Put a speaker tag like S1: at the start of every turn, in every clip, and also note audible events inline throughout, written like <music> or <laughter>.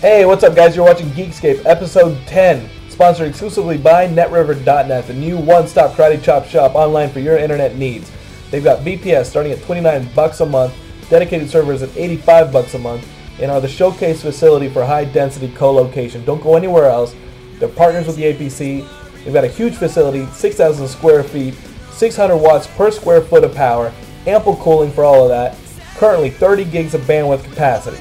S1: Hey, what's up, guys? You're watching Geekscape, episode 10, sponsored exclusively by NetRiver.net, the new one-stop karate chop shop online for your internet needs. They've got VPS starting at 29 bucks a month, dedicated servers at 85 bucks a month, and are the showcase facility for high-density co-location. Don't go anywhere else. They're partners with the APC. They've got a huge facility, 6,000 square feet, 600 watts per square foot of power, ample cooling for all of that. Currently 30 gigs of bandwidth capacity.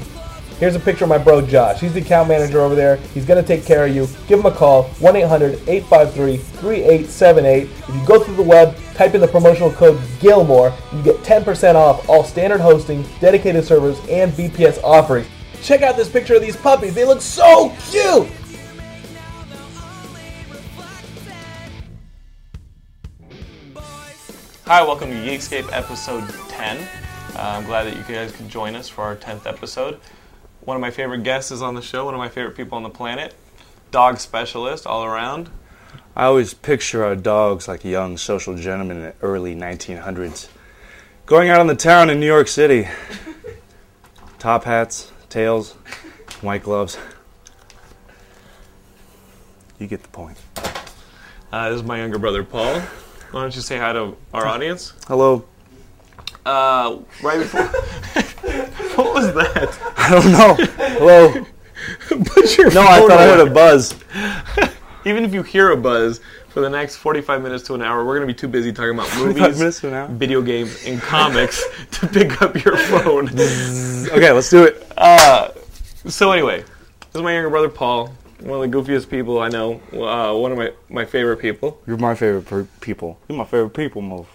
S1: Here's a picture of my bro Josh. He's the account manager over there. He's going to take care of you. Give him a call, 1 800 853 3878. If you go through the web, type in the promotional code Gilmore, you get 10% off all standard hosting, dedicated servers, and VPS offerings. Check out this picture of these puppies. They look so cute!
S2: Hi, welcome to Geekscape episode 10. Uh, I'm glad that you guys could join us for our 10th episode. One of my favorite guests is on the show, one of my favorite people on the planet, dog specialist all around.
S3: I always picture our dogs like young social gentlemen in the early 1900s, going out on the town in New York City. <laughs> Top hats, tails, white gloves. You get the point.
S2: Uh, this is my younger brother, Paul. Why don't you say hi to our audience?
S3: Hello.
S2: Uh, right <laughs> before. what was that?
S3: <laughs> I don't know. Hello.
S2: Put your
S3: No, I
S2: phone
S3: thought I
S2: away.
S3: heard a buzz.
S2: Even if you hear a buzz for the next 45 minutes to an hour, we're going to be too busy talking <laughs> about movies,
S3: minutes to an hour?
S2: video games, and comics <laughs> to pick up your <laughs> phone.
S3: Okay, let's do it.
S2: So anyway, this is my younger brother Paul, one of the goofiest people I know, uh, one of my, my favorite people.
S3: You're my favorite per- people. You're my favorite people, Mo.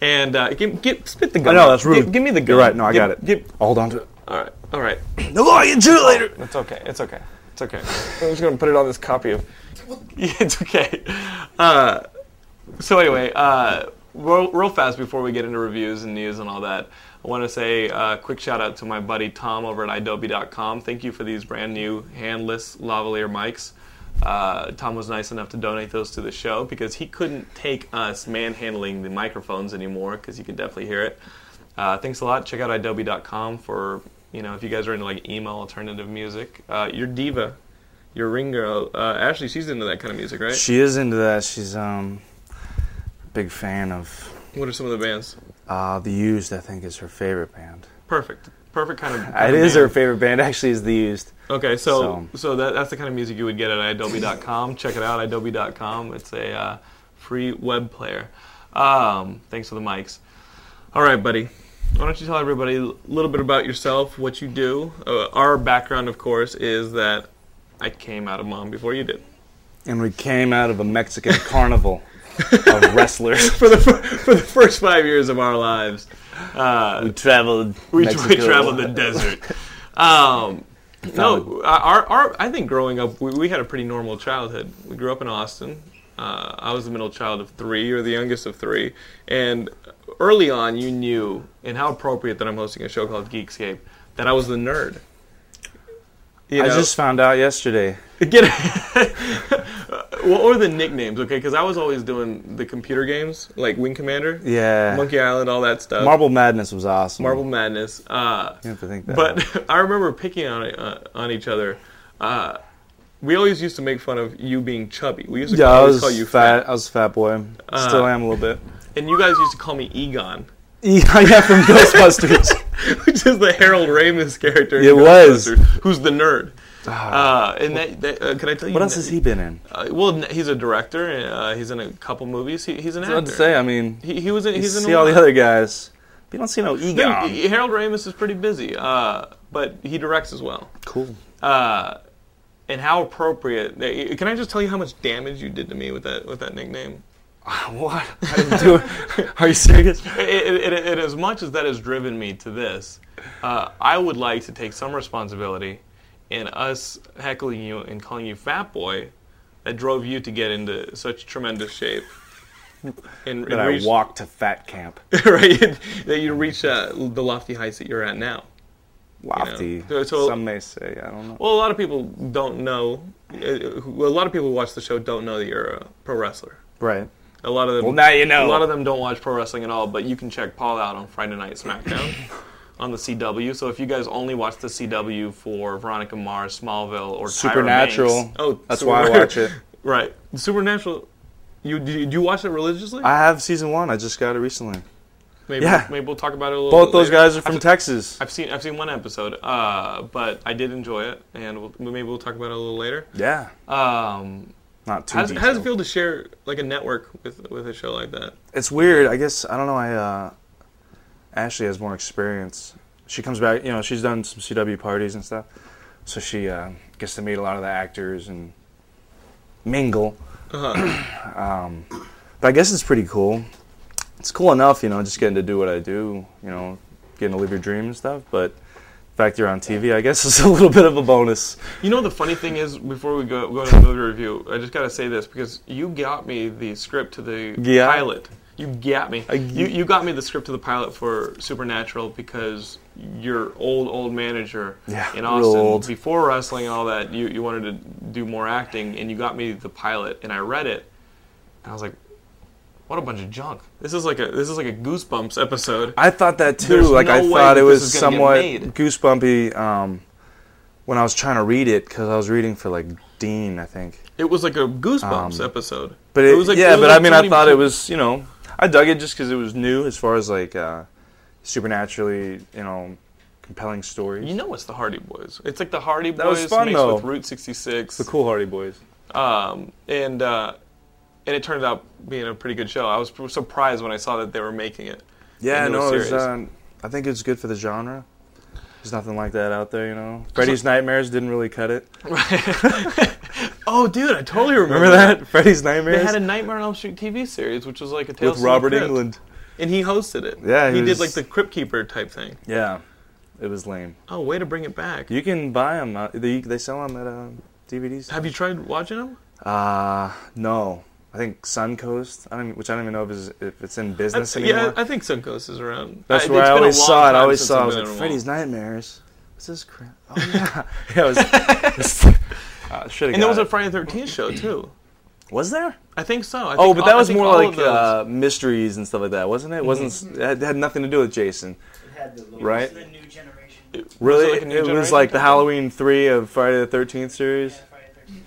S2: And uh, give, give, spit the
S3: I
S2: gun.
S3: know, that's rude.
S2: Give, give me the gun.
S3: You're right. No, I
S2: Give-
S3: got it.
S2: give-
S3: Hold on to it.
S2: all right, all right.
S3: No, I'll get you later.
S2: It's okay. It's okay. It's
S3: <laughs>
S2: okay. I'm just gonna put it on this copy of. Yeah, <laughs> it's okay. Uh, so anyway, uh, real, real fast before we get into reviews and news and all that, I want to say a quick shout out to my buddy Tom over at Adobe.com. Thank you for these brand new handless lavalier mics. Uh, Tom was nice enough to donate those to the show because he couldn't take us manhandling the microphones anymore because you could definitely hear it. Uh, thanks a lot. Check out Adobe.com for you know if you guys are into like emo alternative music. Uh, your diva, your ring girl, uh, Ashley. She's into that kind of music, right?
S3: She is into that. She's um a big fan of
S2: What are some of the bands?
S3: uh, The Used, I think is her favorite band.
S2: Perfect, perfect kind of.
S3: It <laughs>
S2: kind of
S3: is her
S2: band.
S3: favorite band actually is The Used.
S2: Okay, so so,
S3: so-
S2: that, that's the kind of music you would get at Adobe.com. Check it out, Adobe.com. It's a uh, free web player. Um, thanks for the mics. All right, buddy. Why don't you tell everybody a little bit about yourself, what you do? Uh, our background, of course, is that I came out of mom before you did. <laughs>
S3: And we came out of a Mexican <laughs> carnival <laughs> of wrestlers.
S2: for the fir- for the first five years of our lives. Uh,
S3: We traveled
S2: we, we
S3: Mexico.
S2: traveled the desert.
S3: <laughs>
S2: Um, no, our, our I think growing up we, we had a pretty normal childhood. We grew up in Austin. Uh, I was the middle child of three, or the youngest of three, and early on you knew, and how appropriate that I'm hosting a show called Geekscape, that I was the nerd. <laughs> You
S3: I
S2: know?
S3: just found out yesterday.
S2: Get <laughs> what were the nicknames? Okay, because I was always doing the computer games like Wing Commander,
S3: Yeah.
S2: Monkey Island, all that stuff.
S3: Marble Madness was awesome.
S2: Marble Madness. Uh,
S3: You have to think that.
S2: but <laughs> I remember picking on uh, on each other. Uh, we always used to make fun of you being chubby. We used to
S3: yeah, I
S2: always
S3: was
S2: call you
S3: fat.
S2: fat. Uh,
S3: I was a fat boy. Still am a little bit. <laughs>
S2: and you guys used to call me Egon, <laughs>
S3: Yeah, yeah, from Ghostbusters. <laughs>
S2: which is the Harold Ramis character. in
S3: It was. Ah.
S2: Ghostbusters, who's the nerd. Uh, and that, that uh, can I tell you?
S3: what else has he been in?
S2: Uh, well, n- he's a director. and, Uh, he's in a couple movies. He, he's an
S3: I
S2: actor.
S3: to say. I mean,
S2: He, he was in.
S3: you
S2: He's in
S3: see
S2: a
S3: all the
S2: lot.
S3: other guys. But you don't see no
S2: No,
S3: ego.
S2: he- Harold Ramis is pretty busy, uh, but he directs as well.
S3: Cool.
S2: Uh, and how appropriate! Can I just tell you how much damage you did to me with that with that nickname?
S3: <laughs> What? I didn't do it. Are
S2: <laughs>
S3: you serious?
S2: And- and- and as much as that has driven me to this, uh, I would like to take some responsibility in us heckling you and calling you fat boy that drove you to get into such tremendous
S3: <laughs>
S2: shape. And,
S3: That
S2: and
S3: I
S2: reach-
S3: walked to fat camp.
S2: <laughs> right? That you reach uh, the lofty heights that you're at now.
S3: Lofty.
S2: So- so-
S3: Some may say. I don't know.
S2: Well, a lot of people don't know. uh, who- A lot of people who watch the show don't know that you're a pro wrestler.
S3: Right.
S2: A lot of them.
S3: Well, now you know. <laughs>
S2: A lot of them don't watch pro wrestling at all, but you can check Paul out on Friday Night SmackDown, on the CW. So if you guys only watch the CW for Veronica Mars, Smallville, or Tyra
S3: Supernatural.
S2: Banks- oh,
S3: that's
S2: so
S3: why I
S2: we're- <laughs>
S3: <laughs> watch it.
S2: Right, Supernatural. You do you, do you watch it religiously?
S3: I have season one. I just got it recently.
S2: maybe,
S3: yeah.
S2: maybe we'll talk about it a little.
S3: Both
S2: bit
S3: those
S2: later.
S3: guys are from Texas.
S2: I've seen I've seen one episode, uh, but I did enjoy it, and we'll, maybe we'll talk about it a little later.
S3: Yeah,
S2: Um,
S3: not too.
S2: how, does, how does it
S3: detailed.
S2: feel to share like a network with with a show like that?
S3: It's weird. I guess I don't know. I uh, Ashley has more experience. She comes back. You know, she's done some CW parties and stuff, so she uh, gets to meet a lot of the actors and mingle. <clears throat> um, but I guess it's pretty cool. It's cool enough, you know, just getting to do what I do. You know, getting to live your dream and stuff. But the fact you're on TV, I guess, <laughs> is a little bit of a bonus.
S2: You know the funny thing is, before we go go into the movie review, I just gotta say this because you got me the script to the
S3: Yeah.
S2: pilot. You got me.
S3: I-
S2: you you got me the script to the pilot for Supernatural because your old old manager
S3: Yeah,
S2: in
S3: real
S2: Austin
S3: old.
S2: before wrestling and all that, you you wanted to do more acting and you got me the pilot and I read it and I was like, what a bunch of junk. This is like a this is like a Goosebumps episode.
S3: I thought that too.
S2: There's
S3: like
S2: no
S3: I
S2: way
S3: thought
S2: that
S3: it
S2: this
S3: was
S2: is gonna get
S3: somewhat
S2: made.
S3: goosebumpy um, when I was trying to read it because I was reading for like Dean, I think.
S2: It was like a Goosebumps episode.
S3: Um, But it,
S2: was like-
S3: yeah,
S2: was
S3: but
S2: like
S3: I mean,
S2: somebody-
S3: I thought it was you know I dug it just because it was new as far as like uh, supernaturally you know compelling stories.
S2: You know it's the Hardy Boys. It's like the Hardy
S3: That was
S2: Boys
S3: fun,
S2: mixed
S3: though.
S2: with Route 66.
S3: the Cool Hardy Boys.
S2: Um, and uh, and it turned out being a pretty good show. I was pr- surprised when I saw that they were making
S3: <laughs>
S2: it.
S3: Yeah,
S2: into a
S3: no, it was,
S2: series.
S3: uh, I think it's good for the genre. There's nothing like that out there, you know. Freddy's Nightmares didn't really cut it.
S2: Oh, dude, I totally remember,
S3: Remember that? Freddy's Nightmares
S2: They had a Nightmare on Elm Street TV series, which was like a Tales
S3: with
S2: from the
S3: Robert
S2: Crypt.
S3: England.
S2: and he hosted it.
S3: Yeah, he
S2: he,
S3: was-
S2: did like the Crypt Keeper type thing.
S3: Yeah, it was lame.
S2: Oh, way to bring it back.
S3: You can buy them. Uh, they, they sell them at uh, DVDs.
S2: Have you tried watching them?
S3: Uh, no. I think Suncoast, I don't, which I don't even know if it's, if it's in business
S2: yeah,
S3: anymore.
S2: I think Suncoast is around.
S3: That's
S2: I,
S3: where
S2: it's
S3: I
S2: been a
S3: always
S2: long
S3: saw it. I
S2: time
S3: always
S2: since
S3: saw it. I
S2: I've
S3: was
S2: been
S3: like,
S2: in a
S3: Freddy's
S2: while.
S3: Nightmares. What's this crap? Oh,
S2: <laughs>
S3: yeah. <laughs> yeah, it was. <laughs> uh, should have
S2: And there was a Friday the 13th show, too.
S3: Was there?
S2: I think so. I
S3: Oh,
S2: think
S3: but
S2: all-
S3: that
S2: I
S3: was
S2: think
S3: more
S2: all of
S3: like
S2: those- Mm-hmm.
S3: uh, mysteries and stuff like that, wasn't it? Wasn't it had nothing to do with Jason,
S4: had the little,
S3: Right.
S4: the new generation.
S3: really?
S2: like a new
S3: it was
S2: generation
S3: like the
S2: type thing?
S3: Halloween three of Friday the Thirteenth series,
S4: Yeah, Friday the 13th, the new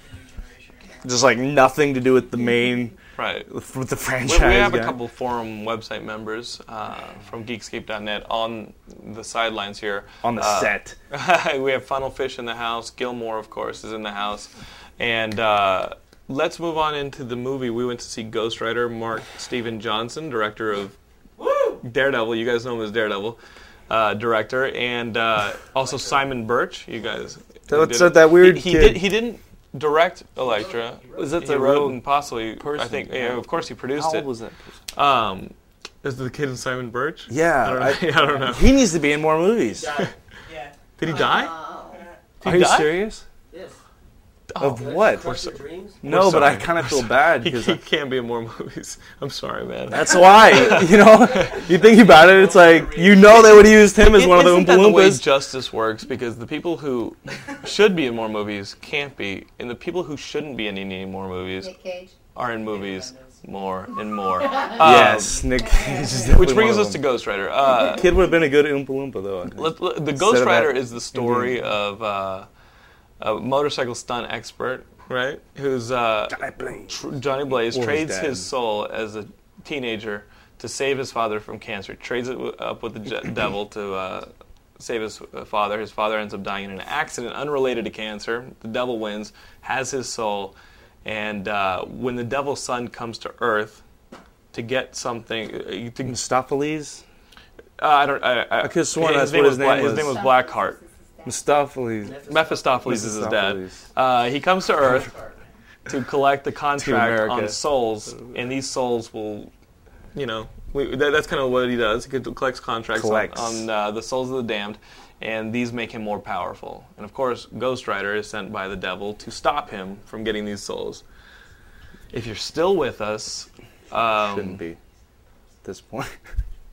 S4: generation.
S3: just like nothing to do with the main
S2: right.
S3: with the
S2: We,
S3: franchise.
S2: we have a
S3: guy.
S2: couple forum website members uh, from Geekscape.net on the sidelines here.
S3: on the
S2: Uh,
S3: set.
S2: <laughs> we have Funnel Fish in the house. Gilmore, of course, is in the house. And uh, let's move on into the movie. We went to see ghostwriter Mark Steven Johnson, director of Daredevil. You guys know him as Daredevil. Uh, director and uh, also
S3: <laughs>
S2: Simon Birch. You guys.
S3: So it's
S2: did-
S3: that- that weird
S2: He, he
S3: kid.
S2: did. He didn't direct Electra.
S3: Was that
S2: he
S3: the
S2: wrote
S3: real
S2: and possibly? I
S3: person?
S2: think. Yeah, of course, he produced
S3: How
S2: it.
S3: old was that?
S2: Um, is the kid in Simon Birch?
S3: Yeah,
S2: I don't,
S3: I-
S2: know. <laughs> I don't know.
S3: He needs to be in more movies.
S4: Yeah.
S2: Did he die? Did
S3: Are
S2: he
S3: you
S2: die?
S3: serious?
S4: Yes.
S3: Of what?
S4: Crush your dreams.
S3: No, but I
S2: Oh. sorry.
S3: kind of feel
S2: <laughs>
S3: bad
S2: He,
S3: because
S2: he can't be in more movies. I'm sorry, man.
S3: that's why. <laughs> You know, you think about it, it's like you know they would have used him as one of the
S2: Isn't
S3: Oompa
S2: that the way
S3: Loompas.
S2: justice works? Because the people who should be in more movies can't be, and the people who shouldn't be in any more movies
S5: Nick Cage.
S2: are in movies more and
S5: <laughs>
S2: more.
S3: yes, Nick <laughs> Cage is definitely
S2: Which brings
S3: one of
S2: us to
S3: them.
S2: Ghost Rider. Uh,
S3: Kid would have been a good Oompa Loompa though. I think.
S2: Let, let- the
S3: Instead
S2: Ghost
S3: of
S2: Rider
S3: that mm-hmm.
S2: is the story of uh, a motorcycle stunt expert, right? Who's uh, tr- Johnny Blaze
S3: Or his
S2: trades
S3: dad.
S2: his soul as a teenager to save his father from cancer. Trades it w- up with the
S3: <coughs>
S2: je- devil to uh, save his uh, father. His father ends up dying in an accident unrelated to cancer. The devil wins, has his soul, and uh, when the devil's son comes to Earth to get something, uh, to
S3: Mistopheles,
S2: uh, I don't. I, I, I
S3: could've sworn that's
S2: name
S3: what his name
S2: Bla-
S3: was.
S2: His name was Blackheart.
S3: Mistopheles.
S2: Mephistopheles is his dad.
S3: Mephistopheles.
S2: Uh, he comes to Earth to collect the contract
S3: America.
S2: on souls, and these souls will, you know, we, that, that's kind of what he does. He collects contracts on-
S3: Collects.
S2: on, uh, the souls of the damned, and these make him more powerful. And of course, Ghost Rider is sent by the devil to stop him from getting these souls. If you're still with us,
S3: Shouldn't
S2: um,
S3: be. At this point,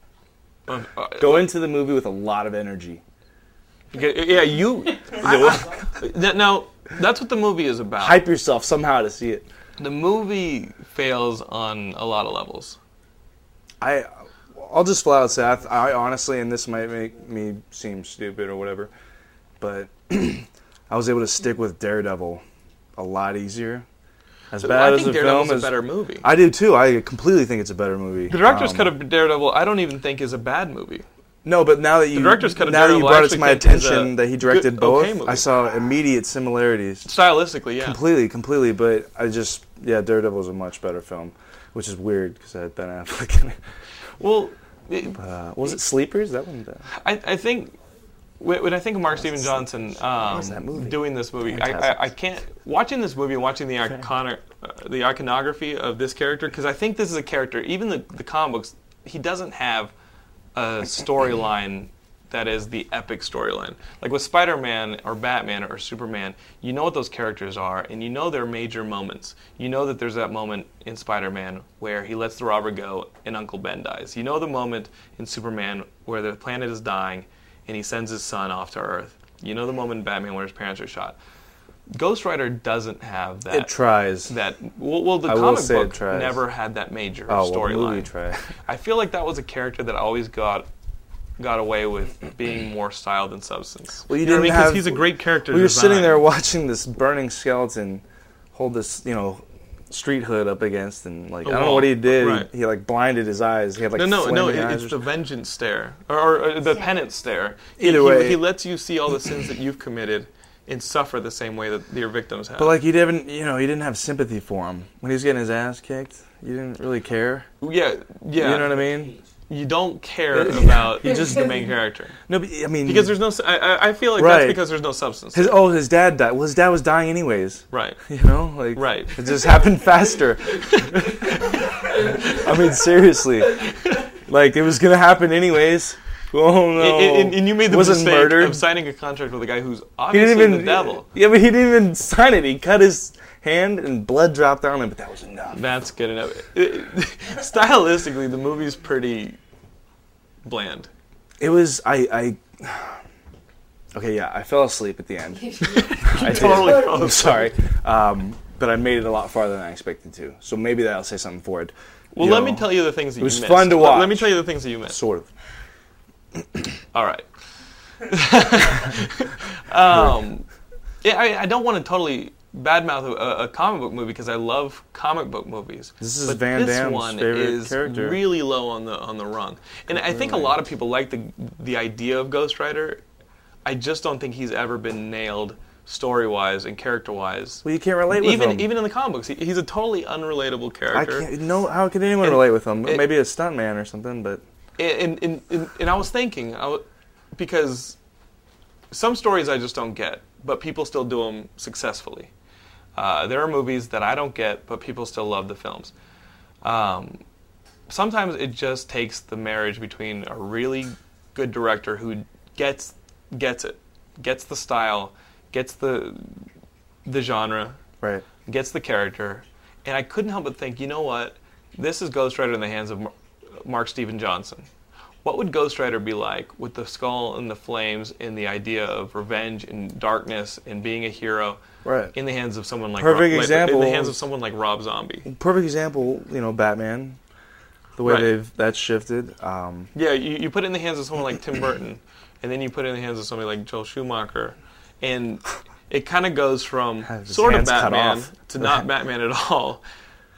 S3: <laughs>
S2: uh, uh,
S3: go into the movie with a lot of energy.
S2: okay, yeah, you. Th- now, that's what the movie is about.
S3: Hype yourself somehow to see it.
S2: The movie fails on a lot of levels.
S3: I I'll just flat out say, I, th- I honestly, and this might make me seem stupid or whatever, but <clears throat> I was able to stick with Daredevil a lot easier. As
S2: So
S3: bad
S2: I
S3: as
S2: think
S3: the
S2: Daredevil's
S3: film
S2: a
S3: is,
S2: better movie.
S3: I do too. I completely think it's a better movie.
S2: the director's
S3: Um,
S2: cut of Daredevil, I don't even think is a bad movie.
S3: No, but now that you
S2: director's cut of
S3: now that you
S2: Daredevil, I
S3: brought it to
S2: actually
S3: my
S2: think is a
S3: attention that he directed
S2: good-
S3: both,
S2: okay movie.
S3: I saw immediate similarities.
S2: Stylistically, yeah.
S3: Completely, completely. But I just yeah, Daredevil is a much better film, which is weird because I had Ben Affleck. in it. <laughs>
S2: Well, it,
S3: Uh, was it Sleepers? That one. uh,
S2: I, I think when when I think of Mark Steven Johnson um,
S3: was that movie?
S2: doing this movie, I,
S3: Fantastic.
S2: I, I can't watching this movie and watching the iconic, uh, the iconography of this character because I think this is a character. Even the the comic books, he doesn't have a storyline that is the epic storyline. Like with Spider-Man or Batman or Superman, you know what those characters are and you know their major moments. You know that there's that moment in Spider-Man where he lets the robber go and Uncle Ben dies. You know the moment in Superman where the planet is dying and he sends his son off to Earth. You know the moment in Batman where his parents are shot. Ghost Rider doesn't have that.
S3: It tries.
S2: That well, well the
S3: I will
S2: comic
S3: say it
S2: book
S3: tries.
S2: never had that major
S3: oh, well, the movie
S2: storyline.
S3: tried.
S2: <laughs> I feel like that was a character that always got got away with being more style than substance.
S3: Well, you
S2: know what I mean?
S3: didn't
S2: 'Cause
S3: have-
S2: he's a great character.
S3: we were sitting
S2: design.
S3: there watching this burning skeleton hold this, you know, street hood up against, and like
S2: A
S3: I don't know
S2: wall,
S3: what he did.
S2: right.
S3: He, he, like blinded his eyes. He had like
S2: No, no, no!
S3: flaming
S2: it-
S3: eyes
S2: It's
S3: or
S2: the vengeance stare, or, or, uh, the penance stare. He-
S3: Either
S2: he,
S3: way-
S2: he lets you see all the sins that you've committed and suffer the same way that your victims have.
S3: But like you didn't, you know, you didn't have sympathy for him when he was getting his ass kicked. You didn't really care.
S2: yeah, yeah,
S3: You know what I mean?
S2: You don't care
S3: <laughs>
S2: about
S3: just-
S2: just the main character
S3: No, but, I mean
S2: because there's no. su- I, I- I feel like
S3: Mm. Right.
S2: that's because there's no substance.
S3: his oh his dad died. Well, his dad was dying anyways. <laughs>
S2: right.
S3: You know, like
S2: Right.
S3: It just happened faster. <laughs> I mean, seriously, like it was gonna happen anyways. Oh no!
S2: And- And, and you made the
S3: Wasn't
S2: mistake
S3: murdered.
S2: of signing a contract with a guy who's
S3: he
S2: obviously
S3: didn't even
S2: the devil.
S3: Yeah, but he didn't even sign it. He cut his hand and blood dropped on him. But that was enough.
S2: That's good enough. It- <laughs> stylistically, the movie's pretty bland.
S3: It was I. I okay, yeah, I fell asleep at the end. <laughs> I did.
S2: Totally fell
S3: I'm sorry, um, but I made it a lot farther than I expected to. So maybe that'll say something for it.
S2: Well,
S3: You
S2: let
S3: know,
S2: me tell you the things that you
S3: was
S2: missed.
S3: fun to
S2: Let- Let me
S3: watch.
S2: tell you the things that you missed.
S3: Sort of.
S2: All
S3: <laughs>
S2: right. um, yeah, I, I don't want to totally badmouth a, a comic book movie because I love comic book movies.
S3: This is
S2: but
S3: Van
S2: this
S3: Damme's
S2: one
S3: favorite
S2: is
S3: character.
S2: really low on the on the rung, and I think a lot of people like the the idea of Ghost Rider. I just don't think he's ever been nailed story wise and character wise.
S3: Well, you can't relate with
S2: even
S3: him.
S2: even in the comic books, he, he's a totally unrelatable
S3: I
S2: character.
S3: can't. No, how could anyone
S2: And-
S3: relate with him?
S2: it-
S3: Maybe a stuntman or something, but
S2: and and, and, and I was thinking, I w- because some stories I just don't get, but people still do them successfully. Uh, there are movies that I don't get, but people still love the films. Um, sometimes it just takes the marriage between a really good director who gets gets it, gets the style, gets the the genre,
S3: right.
S2: gets the character, and I couldn't help but think, you know what? This is Ghost Rider in the hands of Mar- Mark Steven Johnson. What would Ghost Rider be like with the skull and the flames and the idea of revenge and darkness and being a hero
S3: Right.
S2: in the hands of someone like
S3: Perfect
S2: Rob,
S3: example.
S2: in the hands of someone like Rob Zombie?
S3: Perfect example, you know, Batman. The way
S2: Right.
S3: they've that's shifted. Um,
S2: Yeah, you, you put it in the hands of someone like Tim Burton, and then you put it in the hands of somebody like Joel Schumacher, and it kind of goes from
S3: Have his
S2: sort of
S3: hands cut
S2: Batman
S3: off.
S2: to not Batman at all.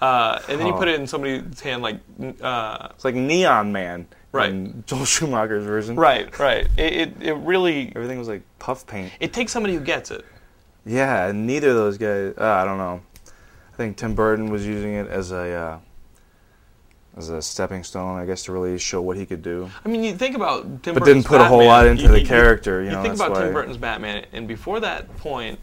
S2: Uh, and then you
S3: Huh.
S2: put it in somebody's hand like uh,
S3: it's like Neon Man,
S2: Right.
S3: in Joel <laughs> Schumacher's version,
S2: Right, right. It, it, it really
S3: Everything was like puff paint.
S2: it takes somebody who gets it.
S3: Yeah, and neither of those guys. Uh, I don't know. I think Tim Burton was using it as a uh, as a stepping stone, I guess, to really show what he could do.
S2: I mean, you think about Tim
S3: But
S2: Burton's
S3: didn't put a whole
S2: Batman,
S3: lot into
S2: you-
S3: the
S2: you-
S3: character, you know,
S2: think
S3: that's
S2: about
S3: why-
S2: Tim Burton's Batman, and before that point,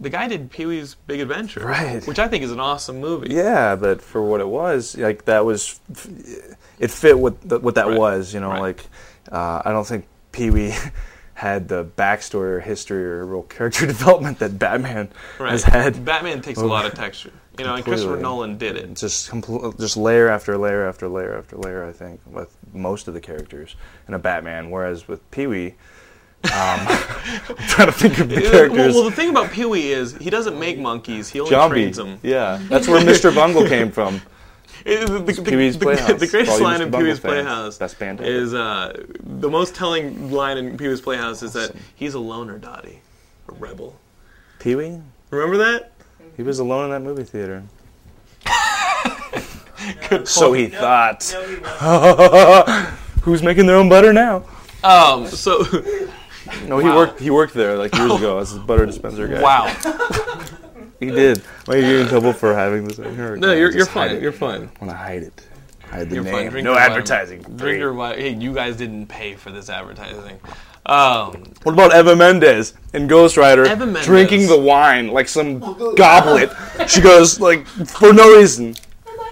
S2: the guy did Pee Wee's Big Adventure,
S3: Right.
S2: Which I think is an awesome movie.
S3: Yeah, but for what it was, like that was, it fit what the, what that
S2: Right.
S3: was. You know,
S2: Right.
S3: like uh, I don't think Pee Wee <laughs> had the backstory or history or real character <laughs> development that Batman
S2: right.
S3: has had.
S2: Batman takes a lot of texture, you know, and Christopher
S3: Completely.
S2: Nolan did it.
S3: just compl- just layer after layer after layer after layer. I think with most of the characters in a Batman, whereas with Pee Wee,
S2: <laughs>
S3: um, I'm trying to think of <laughs> the
S2: Well,
S3: characters.
S2: Well, the thing about Pee Wee is he doesn't make monkeys; he only
S3: Jambi.
S2: trains them. <laughs>
S3: Yeah, that's where Mr. Bungle came from.
S2: It- the, the,
S3: Pee Wee's
S2: the-
S3: Playhouse.
S2: The greatest
S3: For all you
S2: line
S3: Mr.
S2: in Pee
S3: Bungle
S2: Wee's
S3: fans,
S2: Playhouse
S3: best band ever.
S2: is uh, the most telling line in Pee Wee's Playhouse is that he's a loner, Dottie, a rebel.
S3: Pee Wee?
S2: Remember that?
S3: He was alone in that movie theater.
S2: <laughs> Good
S3: So
S2: point.
S3: he thought.
S4: No, he wasn't.
S3: <laughs> Who's making their own butter now?
S2: Um, so <laughs>
S3: No, he
S2: Wow.
S3: worked. He worked there like years ago as a butter dispenser guy. <laughs>
S2: wow.
S3: he did. Why are you in trouble for having this? in here?
S2: No, you're,
S3: Just
S2: you're
S3: hide
S2: fine.
S3: it.
S2: You're fine.
S3: I want to hide it. Hide the
S2: You're fine.
S3: name.
S2: Drink
S3: no
S2: your wine.
S3: advertising.
S2: Drink your wi- Hey, you guys didn't pay for this advertising. Um,
S3: What about Eva Mendes in Ghost Rider
S2: Eva Mendes.
S3: drinking the wine like some goblet? she goes like for no reason.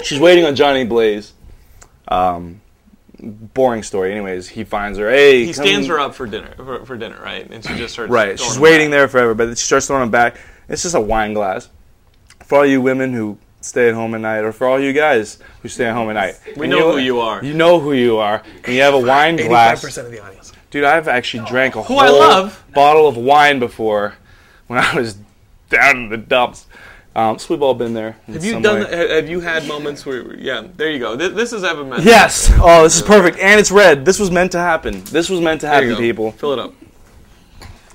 S3: She's waiting on Johnny Blaze. Um, boring story. Anyways, he finds her. Hey,
S2: he stands her up for dinner. For, for dinner, right? And she just starts.
S3: Right.
S2: throwing
S3: She's
S2: him
S3: waiting
S2: back.
S3: there forever, but she starts throwing it back. It's just a wine glass. For all you women who stay at home at night, or for all you guys who stay at home at night,
S2: We
S3: and
S2: know who you are.
S3: You know who you are. And you have a wine glass.
S2: 85% of the audience.
S3: Dude, I've actually drank a whole
S2: I love.
S3: bottle of wine before when I was down in the dumps. Um, so we've all been there. in
S2: Have you
S3: some
S2: done?
S3: way.
S2: that- ha- Have you had moments where? Yeah, there you go. This, this is Evan Mendes.
S3: Yes. Oh, this is perfect, and it's red. This was meant to happen. This was meant to
S2: There you
S3: happen,
S2: go.
S3: people.
S2: Fill it up.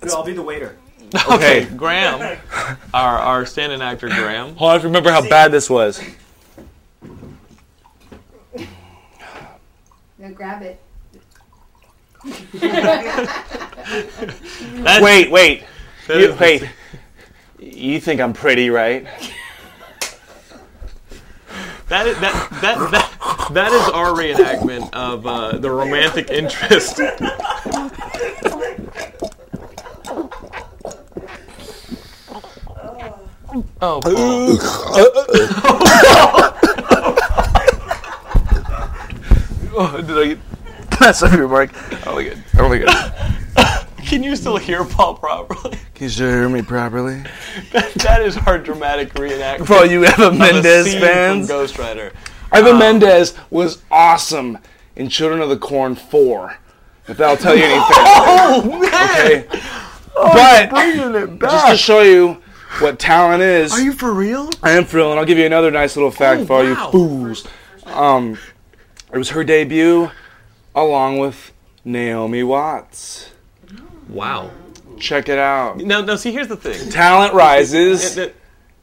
S5: Dude, I'll be the waiter.
S2: <laughs> Okay,
S3: Okay.
S2: Graham, our our stand-in actor <laughs> Graham.
S3: Hold on, I have to remember how bad
S2: <laughs>
S3: this was.
S6: Now grab it.
S2: That's-
S3: Wait, wait.
S2: that
S3: You,
S2: is-
S3: wait. You think I'm
S2: <laughs>
S3: pretty, right?
S2: That is that that that that is our reenactment of uh, the romantic interest. Oh, Paul.
S3: Oh, did I <laughs> get mess up your mark? Oh my god. Oh my god.
S2: <laughs> can you still hear Paul properly?
S3: Can you still hear me properly?
S2: That, <laughs> that is our dramatic reenactment.
S3: For all you Eva
S2: of a
S3: Mendes
S2: scene
S3: fans.
S2: from Ghost Rider.
S3: Eva Mendes was awesome in Children of the Corn 4. If that'll tell you anything.
S2: <laughs> Oh man! Oh,
S3: okay? but just to show you what talent is,
S2: Are you for real?
S3: I am thrilled, and I'll give you another nice little fact
S2: Oh,
S3: for all
S2: wow.
S3: you fools. Um, it was her debut along with Naomi Watts.
S2: Wow.
S3: Check it out.
S2: Now, now, see, here's the thing.
S3: Talent rises,
S2: It-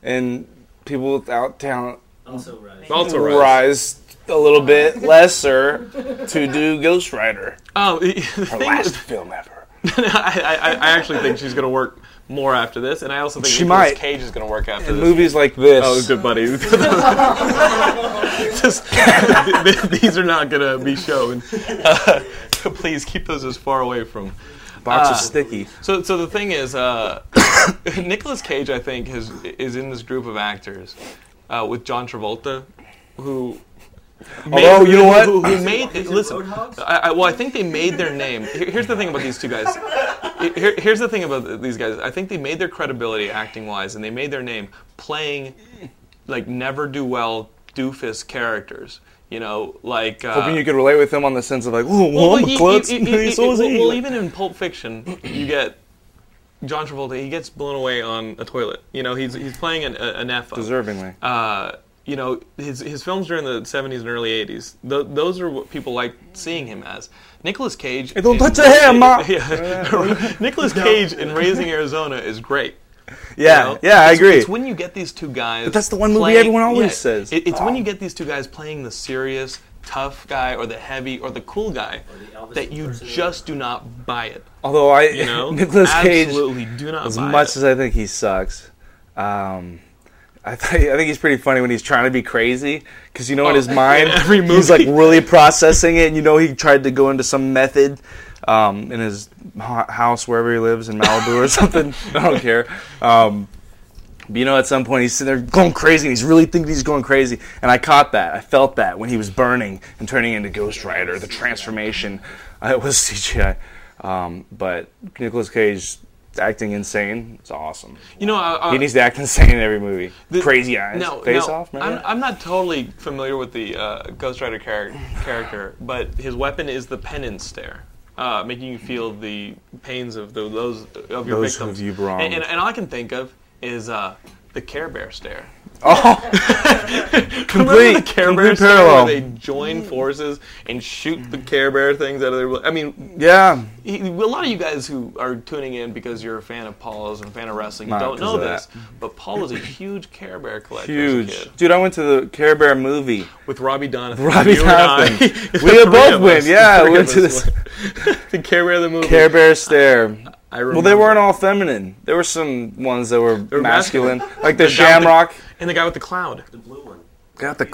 S3: and people without talent
S5: Also, right.
S2: it also
S3: rise.
S2: right.
S3: a little bit lesser to do Ghost Rider,
S2: Oh, <laughs> the the
S3: her
S2: thing
S3: last
S2: is,
S3: film ever.
S2: <laughs> I, I, I actually think she's gonna work more after this, and I also think
S3: She
S2: Nicolas
S3: might.
S2: Cage is gonna work after
S3: In
S2: this.
S3: movies like this,
S2: Oh, good
S3: <laughs>
S2: buddy. Just- <laughs> th- th- these are not gonna be shown. <laughs> Uh, please keep those as far away from.
S3: box
S2: uh,
S3: is sticky.
S2: So, so the thing is, uh, <coughs> Nicolas Cage, I think, has, is in this group of actors uh, with John Travolta, who. Made,
S3: Although, you know what?
S2: Who, who made? Listen,
S5: Roadhogs?
S2: I, I, well, I think they made their name. Here- Here's the thing about these two guys. Here, here's the thing about these guys. I think they made their credibility acting wise, and they made their name playing like never do well doofus characters. You know, like uh,
S3: Hoping you could relate with him on the sense of like, oh,
S2: well,
S3: I'm
S2: e-
S3: a
S2: e-
S3: klutz.
S2: e- e- e-
S3: <laughs> so is
S2: well,
S3: he.
S2: well, even in Pulp Fiction, you get John Travolta. He gets blown away on a toilet. You know, he's he's playing an, a- an F.
S3: Deservingly.
S2: Uh, you know, his his films during the '70s and early '80s. Th- those are what people like seeing him as. Nicolas Cage.
S3: Hey, don't
S2: in-
S3: touch the hair, Ma!
S2: <laughs> Yeah. <laughs> Nicolas Cage in Raising Arizona is great. you
S3: yeah,
S2: know?
S3: yeah, I
S2: It's-
S3: agree.
S2: It's when you get these two guys. But
S3: that's the one movie everyone always says. Ah.
S2: it's when you get these two guys playing the serious, tough guy, or the heavy, or the cool guy,
S5: Elvis
S2: that you
S5: impersonator.
S2: just do not buy it.
S3: Although I, <laughs>
S2: You know,
S3: Nicholas Cage,
S2: absolutely do not
S3: as
S2: buy
S3: much
S2: it.
S3: as I think he sucks, um, I, <laughs> th- I think he's pretty funny when he's trying to be crazy because you know in
S2: Oh, <laughs>
S3: his mind
S2: in every
S3: he's like
S2: movie.
S3: really processing it. And you know he tried to go into some method um, in his ho- house wherever he lives in Malibu or <laughs> something. I don't care. Um, but you know, at some point he's sitting there going crazy, and he's really thinking he's going crazy. And I caught that. I felt that when he was burning and turning into Ghost Rider, the transformation. Uh, it was <laughs> CGI. Um, but Nicolas Cage acting insane, it's awesome.
S2: You know, I, I,
S3: He needs to act insane in every movie. crazy eyes,
S2: Uh, No,
S3: face
S2: no,
S3: off,
S2: I'm,
S3: man.
S2: I'm not totally familiar with the uh, Ghost Rider char- character, but his weapon is the penance stare, uh, making you feel the pains of the, those of your
S3: Those
S2: victims.
S3: who you've wronged.
S2: And, and, and all I can think of is uh, the Care Bear stare. <laughs>
S3: Oh, <laughs>
S2: Remember the
S3: Complete-
S2: Care
S3: complete
S2: Bear story where
S3: parallel.
S2: they join forces and shoot the Care Bear things out of their. I mean,
S3: yeah.
S2: he- a lot of you guys who are tuning in because you're a fan of Paul's and a fan of wrestling
S3: Not
S2: don't
S3: 'cause
S2: know
S3: of that.
S2: this, but Paul was a huge Care Bear collector. as a
S3: Huge.
S2: kid.
S3: Dude, I went to the Care
S2: <laughs>
S3: Bear movie.
S2: with Robbie Donovan.
S3: Robbie
S2: You and I, <laughs>
S3: Donovan.
S2: the
S3: We
S2: three
S3: both
S2: of
S3: went,
S2: us, the
S3: yeah,
S2: three
S3: we
S2: of
S3: went to
S2: us went. <laughs> the Care Bear the movie.
S3: Care Bear stare.
S2: I remember.
S3: Well, they weren't all feminine. There were some ones that were
S2: were masculine.
S3: masculine, like the
S2: down-
S3: Shamrock.
S2: And the guy with the cloud.
S5: The blue one.
S3: Got the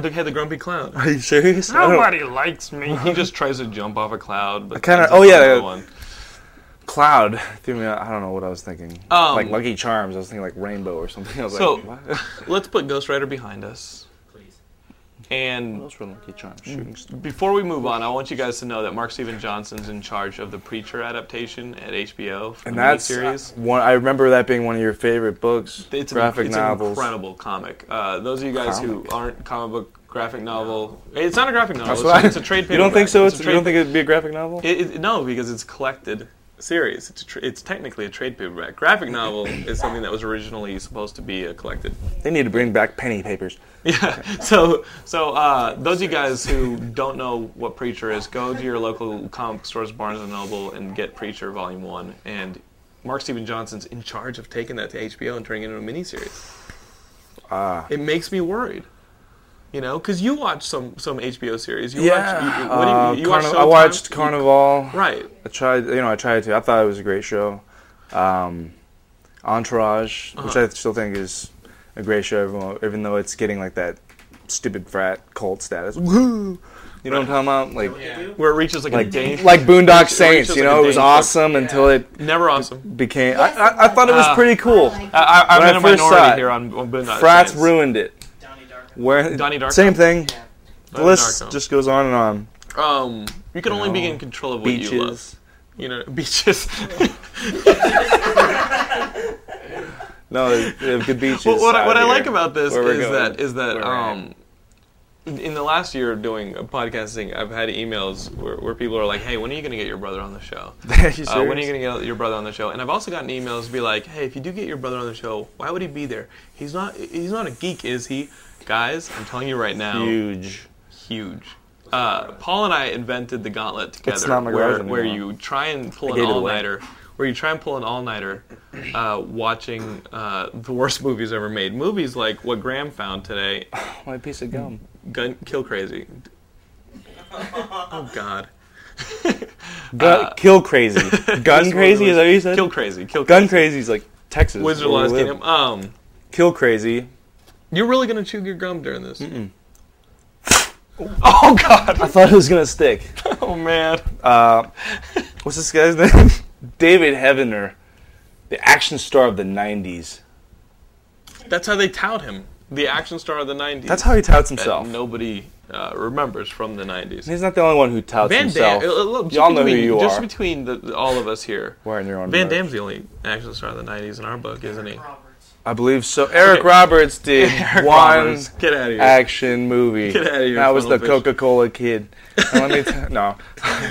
S2: They had the grumpy cloud.
S3: <laughs> Are you serious? I don't-
S2: Nobody likes
S3: <laughs>
S2: me. He just tries to jump off a cloud. But
S3: I kinda-
S2: ends
S3: oh,
S2: up
S3: yeah,
S2: on the
S3: yeah.
S2: one.
S3: Cloud threw me. Out. I don't know what I was thinking.
S2: Um,
S3: like Lucky Charms. I was thinking like Rainbow or something. <laughs> I was
S2: So-
S3: like, what?
S2: Let's put Ghost Rider behind us.
S5: Please.
S2: And
S3: Those were Lucky Charms
S2: Mm.
S3: shooting stars.
S2: before we move on, I want you guys to know that Mark Steven Johnson's in charge of the Preacher adaptation at HBO for
S3: And
S2: the
S3: that's uh,
S2: series.
S3: one. I remember that being one of your favorite books.
S2: It's
S3: graphic
S2: an, it's
S3: novels.
S2: an incredible comic. Uh, those of you guys who
S3: Comic.
S2: aren't comic book graphic novel, it's not a graphic novel.
S3: That's
S2: It's,
S3: what I-
S2: it's a trade paperback.
S3: <laughs> You don't think so? It's,
S2: a
S3: you
S2: trade
S3: don't think it'd be a graphic novel?
S2: It, it, no, because it's collected series. It's, a tr- it's technically a trade paperback. Graphic novel is something that was originally supposed to be a collected.
S3: they need to bring back penny papers.
S2: Yeah. <laughs> So, so uh, those of you guys who don't know what Preacher is, go to your local comic stores, Barnes and Noble, and get Preacher Volume One. And Mark Steven Johnson's in charge of taking that to HBO and turning it into a miniseries.
S3: Ah.
S2: It makes me worried. You know, because you watch some some HBO series. You Watch, you, you- what do you,
S3: Uh,
S2: you watch
S3: Carniv- I
S2: Showtime?
S3: watched Carnival.
S2: Right.
S3: I tried, you know, I tried to. I thought it was a great show. Um, Entourage, which
S2: Uh-huh.
S3: I still think is a great show, even- even though it's getting like that stupid frat cult status. Woo! You know what I'm talking about? Like,
S2: Where it reaches like, a
S3: like,
S2: Danish.
S3: like Boondock
S2: reaches like
S3: Saints. You
S2: a
S3: know, it was
S2: Danish-
S3: awesome until it
S2: Never awesome.
S3: became. I, I, I thought it was
S2: Uh,
S3: pretty cool.
S2: I, I, I'm
S3: When I
S2: in a
S3: first
S2: minority
S3: saw it,
S2: here on, on Boondock
S3: Frats
S2: Saints.
S3: ruined it.
S4: Donnie Darko.
S3: Where
S2: Donnie Darko?
S3: same thing.
S4: Yeah.
S3: The
S2: Donnie
S3: list
S2: Darko.
S3: just goes on and on.
S2: Um, you can
S3: You
S2: only be
S3: know,
S2: in control of what you love.
S3: Beaches.
S2: You know, <laughs>
S3: <laughs>
S2: beaches.
S3: No, it, it could be.
S2: Well, what I, what I like about this
S3: Where we're
S2: is
S3: going.
S2: that is that
S3: Where we're <laughs> at.
S2: um, in in the last year of doing uh, podcasting, I've had emails where, where people are like, "Hey, when are you going to get your brother on the show? Uh, when are you going to get your brother on the show?" And I've also gotten emails to be like, "Hey, if you do get your brother on the show, why would he be there? He's not. He's not a geek, is he?" Guys, I'm telling you right now,
S3: huge?
S2: huge. Uh, Paul and I invented the gauntlet together,
S3: not my
S2: where,
S3: garage
S2: where
S3: anymore.
S2: you try and pull
S3: I
S2: an
S3: gave it away.
S2: all nighter, where you try and pull an all nighter, uh, watching uh, the worst movies ever made. Movies like what Graham found today,
S3: My piece of gum.
S2: Gun Kill Crazy.
S4: <laughs>
S2: Oh God, <laughs>
S3: Gun, kill crazy. Gun
S2: This
S3: crazy
S2: movie
S3: is that what you
S2: was-
S3: said?
S2: Uh, Kill Crazy, Kill
S3: Gun
S2: Crazy,
S3: crazy is like Texas.
S2: Wizard of
S3: where we
S2: Lost
S3: live.
S2: Kingdom. Um,
S3: Kill crazy.
S2: you're really gonna chew your gum during this?
S3: Oh God! I thought it was
S2: <laughs>
S3: gonna stick.
S2: Oh man,
S3: Uh, what's this guy's name? <laughs> David Heavener, the action star of the '90s.
S2: that's how they tout him, the action star of the '90s.
S3: That's how he touts
S2: that
S3: himself.
S2: nobody uh, remembers from the '90s.
S3: He's not the only one who touts
S2: Van Damme.
S3: himself.
S2: uh, look, just
S3: Y'all know who
S2: between-
S3: you
S2: just
S3: are.
S2: between the, the- all of us here,
S3: Wearing your own.
S2: Van
S3: merch.
S2: Damme's the only action star of the '90s in our book, isn't he?
S4: Roberts.
S3: I believe so. Eric
S2: Okay.
S3: Roberts did
S2: <laughs> Eric
S3: one
S2: Roberts, get out of here. <laughs>
S3: action movie.
S2: Get outta here,
S3: That was
S2: funnel
S3: the
S2: fish.
S3: Coca Cola kid. And let me
S2: <laughs>
S3: t- no.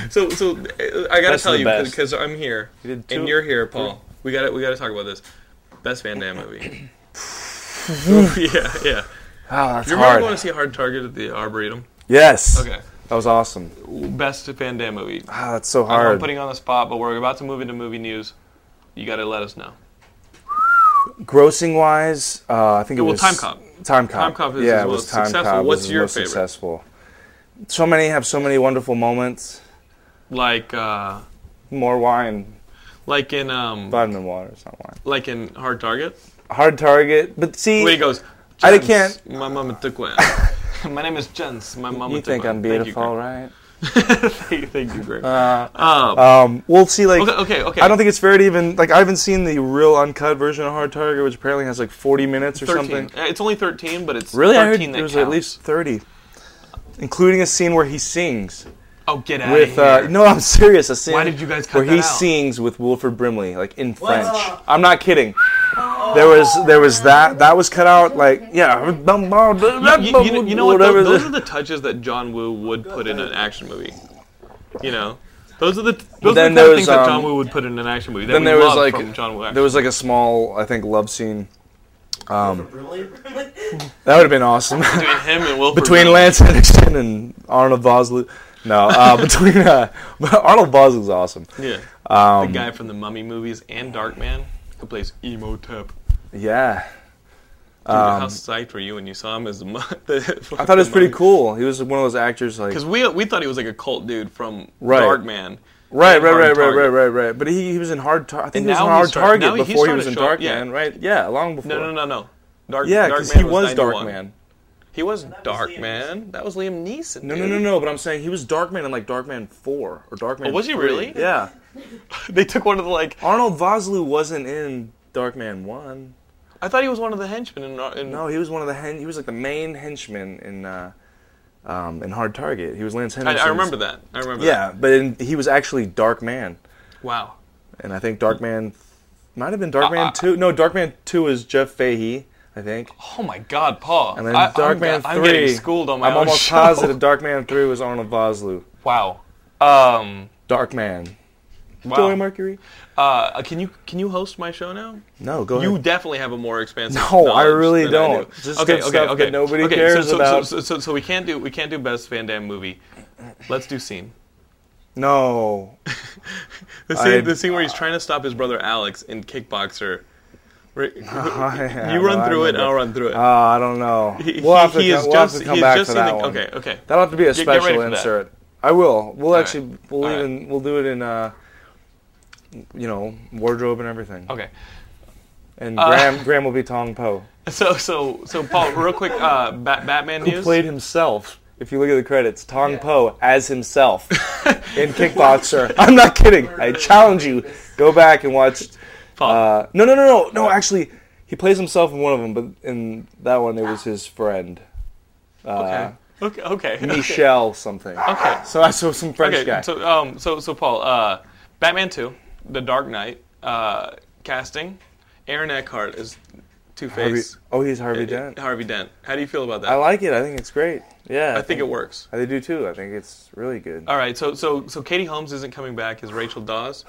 S2: so, so uh, I gotta
S3: Best of
S2: tell
S3: the
S2: you
S3: best.
S2: because I'm here
S3: did two-
S2: and you're here, Paul. We got to We got to talk about this. Best Van Damme movie.
S3: <clears throat>
S2: <laughs> yeah, yeah.
S3: Wow, Ah, that's
S2: You remember
S3: hard.
S2: going to see Hard Target at the Arboretum?
S3: yes.
S2: Okay.
S3: That was awesome.
S2: Best Van Damme movie.
S3: Ah, that's so
S2: I'm
S3: hard.
S2: putting you on the spot, but we're about to move into movie news. You got to let us know.
S3: Grossing wise, uh, I think it
S2: Well,
S3: was
S2: Time Cop.
S3: Time Cop.
S2: Time Cop is
S3: yeah,
S2: his
S3: it was
S2: most
S3: Time
S2: successful.
S3: Cop.
S2: What's
S3: was his
S2: your
S3: most
S2: favorite?
S3: successful? So many have so many wonderful moments.
S2: Like, uh,
S3: More wine,
S2: like in um,
S3: vitamin water. It's not wine.
S2: like in Hard Target.
S3: Hard target, but see,
S2: Where he goes,
S3: I
S2: "Jens,
S3: can't-
S2: My mama took
S3: <laughs>
S2: one. my name is Jens. My mama
S3: you
S2: took
S3: think
S2: one.
S3: I'm beautiful, right?
S2: Thank you, Greg. <laughs> Thank you, Greg.
S3: Uh,
S2: Um,
S3: um, we'll see. Like,
S2: okay, okay, okay.
S3: I don't think it's fair to even like I haven't seen the real uncut version of Hard Target, which apparently has like 40 minutes or
S2: 13.
S3: something.
S2: Uh, It's only 13, but it's
S3: Really, I heard
S2: 13 that
S3: there was
S2: counts.
S3: at least 30, including a scene where he sings
S2: Oh, get out
S3: with.
S2: of
S3: Uh,
S2: here.
S3: no, I'm serious. A scene
S2: Why did you guys cut
S3: where he
S2: that out?
S3: sings with Wilford Brimley, like in French. I'm not kidding. There was there was that that was cut out. Like yeah,
S2: You, you- you know- you know what? Those,
S3: whatever the-
S2: those are the touches that John Woo would put in an action movie. You know, those are the those are the
S3: then
S2: kind
S3: there
S2: of
S3: was,
S2: things that
S3: um,
S2: John Woo would put in an action movie. That
S3: then
S2: we
S3: there was
S2: love
S3: like
S2: from John Woo.
S3: there was like a small I think love scene Um,
S5: Brilliant.
S3: that would have
S2: <laughs>
S3: been awesome. <laughs>
S2: Between him and Wilford.
S3: between
S2: Brimley.
S3: Lance Henriksen and Arnold Vosloo. No,
S2: <laughs>
S3: uh, between uh, <laughs> Arnold Vosloo's awesome.
S2: Yeah.
S3: Um,
S2: the guy from the Mummy movies and Darkman, who plays Emotep. Dude,
S3: Yeah,
S2: how psyched were you when you saw him as the? mu- <laughs> the
S3: Um, I thought it was pretty cool. He was one of those actors like
S2: Because we, we thought he was like a cult dude from
S3: Right.
S2: Darkman.
S3: right, right,
S2: Hard
S3: right, right, right,
S2: Target.
S3: right, right. But he, he was in hard. Tar- I
S2: And
S3: think he was in
S2: now
S3: hard
S2: he's start- now he-
S3: target
S2: he
S3: before he was in
S2: started
S3: Darkman,
S2: showing- yeah.
S3: right? Yeah, long before.
S2: No, no, no, no. Dark,
S3: Yeah, because
S2: Darkman
S3: he
S2: 91.
S3: was, Darkman.
S2: He was
S4: that was Liam
S2: Darkman. That was Liam Neeson.
S3: No, no,
S2: dude.
S3: no, no. But I'm saying he was Darkman in like Darkman Four or Darkman.
S2: Oh, was he
S3: 3.
S2: really?
S3: Yeah.
S2: <laughs> They took one of the like.
S3: Arnold Vosloo wasn't in Darkman One.
S2: I thought he was one of the henchmen. In, in,
S3: No, he was one of the hen- he was like the main henchman in uh, um, in Hard Target. He was Lance
S2: I,
S3: Henriksen.
S2: I remember that. I remember.
S3: Yeah, but in, he was actually Darkman,
S2: That. Wow.
S3: and I think Darkman might have been Darkman
S2: Uh, uh,
S3: Two. No, Darkman Two is Jeff Fahey, I think.
S2: Oh my God, Paul.
S3: And then
S2: I,
S3: Darkman
S2: I'm, I'm
S3: Three.
S2: getting schooled on my
S3: I'm
S2: own
S3: almost
S2: show.
S3: positive Darkman Three was Arnold Vosloo.
S2: <laughs> Wow. Um.
S3: Darkman.
S2: Wow.
S3: Joey Mercury.
S2: Uh, can you can you host my show now?
S3: No, go
S2: You
S3: ahead.
S2: definitely have a more expansive.
S3: No, I
S2: knowledge
S3: really
S2: than I do.
S3: don't. Just good stuff that nobody
S2: okay,
S3: cares
S2: so, so,
S3: about.
S2: So, so, so we can't do we can't do best Van Damme movie. Let's do scene. <laughs>
S3: No.
S2: The scene,
S3: I-
S2: the scene where he's trying to stop his brother Alex in Kickboxer. Re- <sighs>
S3: Yeah,
S2: you
S3: no, I
S2: run through it,
S3: remember.
S2: I'll run through it.
S3: Oh, I don't know.
S2: He-
S3: We'll have to,
S2: he is
S3: come, we'll have
S2: just-
S3: to
S2: he
S3: come
S2: is
S3: back
S2: just
S3: to that
S2: in the-
S3: one.
S2: Okay, okay.
S3: That'll have to be a
S2: Get- get ready
S3: special
S2: for that.
S3: insert. I will. We'll
S2: All
S3: actually
S2: right.
S3: we'll
S2: All
S3: even we'll do it in uh, you know wardrobe and everything.
S2: Okay.
S3: And
S2: Uh,
S3: Graham Graham will be Tong Po,
S2: So so so Paul, real quick, uh, Bat- Batman <laughs>
S3: who
S2: news.
S3: played himself. If you look at the credits, Tong Po as himself
S2: <laughs>
S3: in Kickboxer. <laughs> I'm not kidding. I challenge you. Go back and watch.
S2: <laughs> Paul.
S3: Uh, no, no, no, no, no. Actually, he plays himself in one of them, but in that one it was his friend, uh,
S2: okay. Okay. Okay.
S3: Michelle something.
S2: Okay.
S3: So I saw some French
S2: Okay.
S3: guy.
S2: So um so so Paul, uh, Batman two, The Dark Knight, uh, casting, Aaron Eckhart is Two
S3: Harvey,
S2: Face.
S3: oh, he's Harvey Dent.
S2: Harvey Dent. How do you feel about that?
S3: I like it. I think it's great. Yeah,
S2: I think it works.
S3: I do too. I think it's really good.
S2: All right, so so so Katie Holmes isn't coming back as Rachel
S3: <laughs>
S2: Dawes.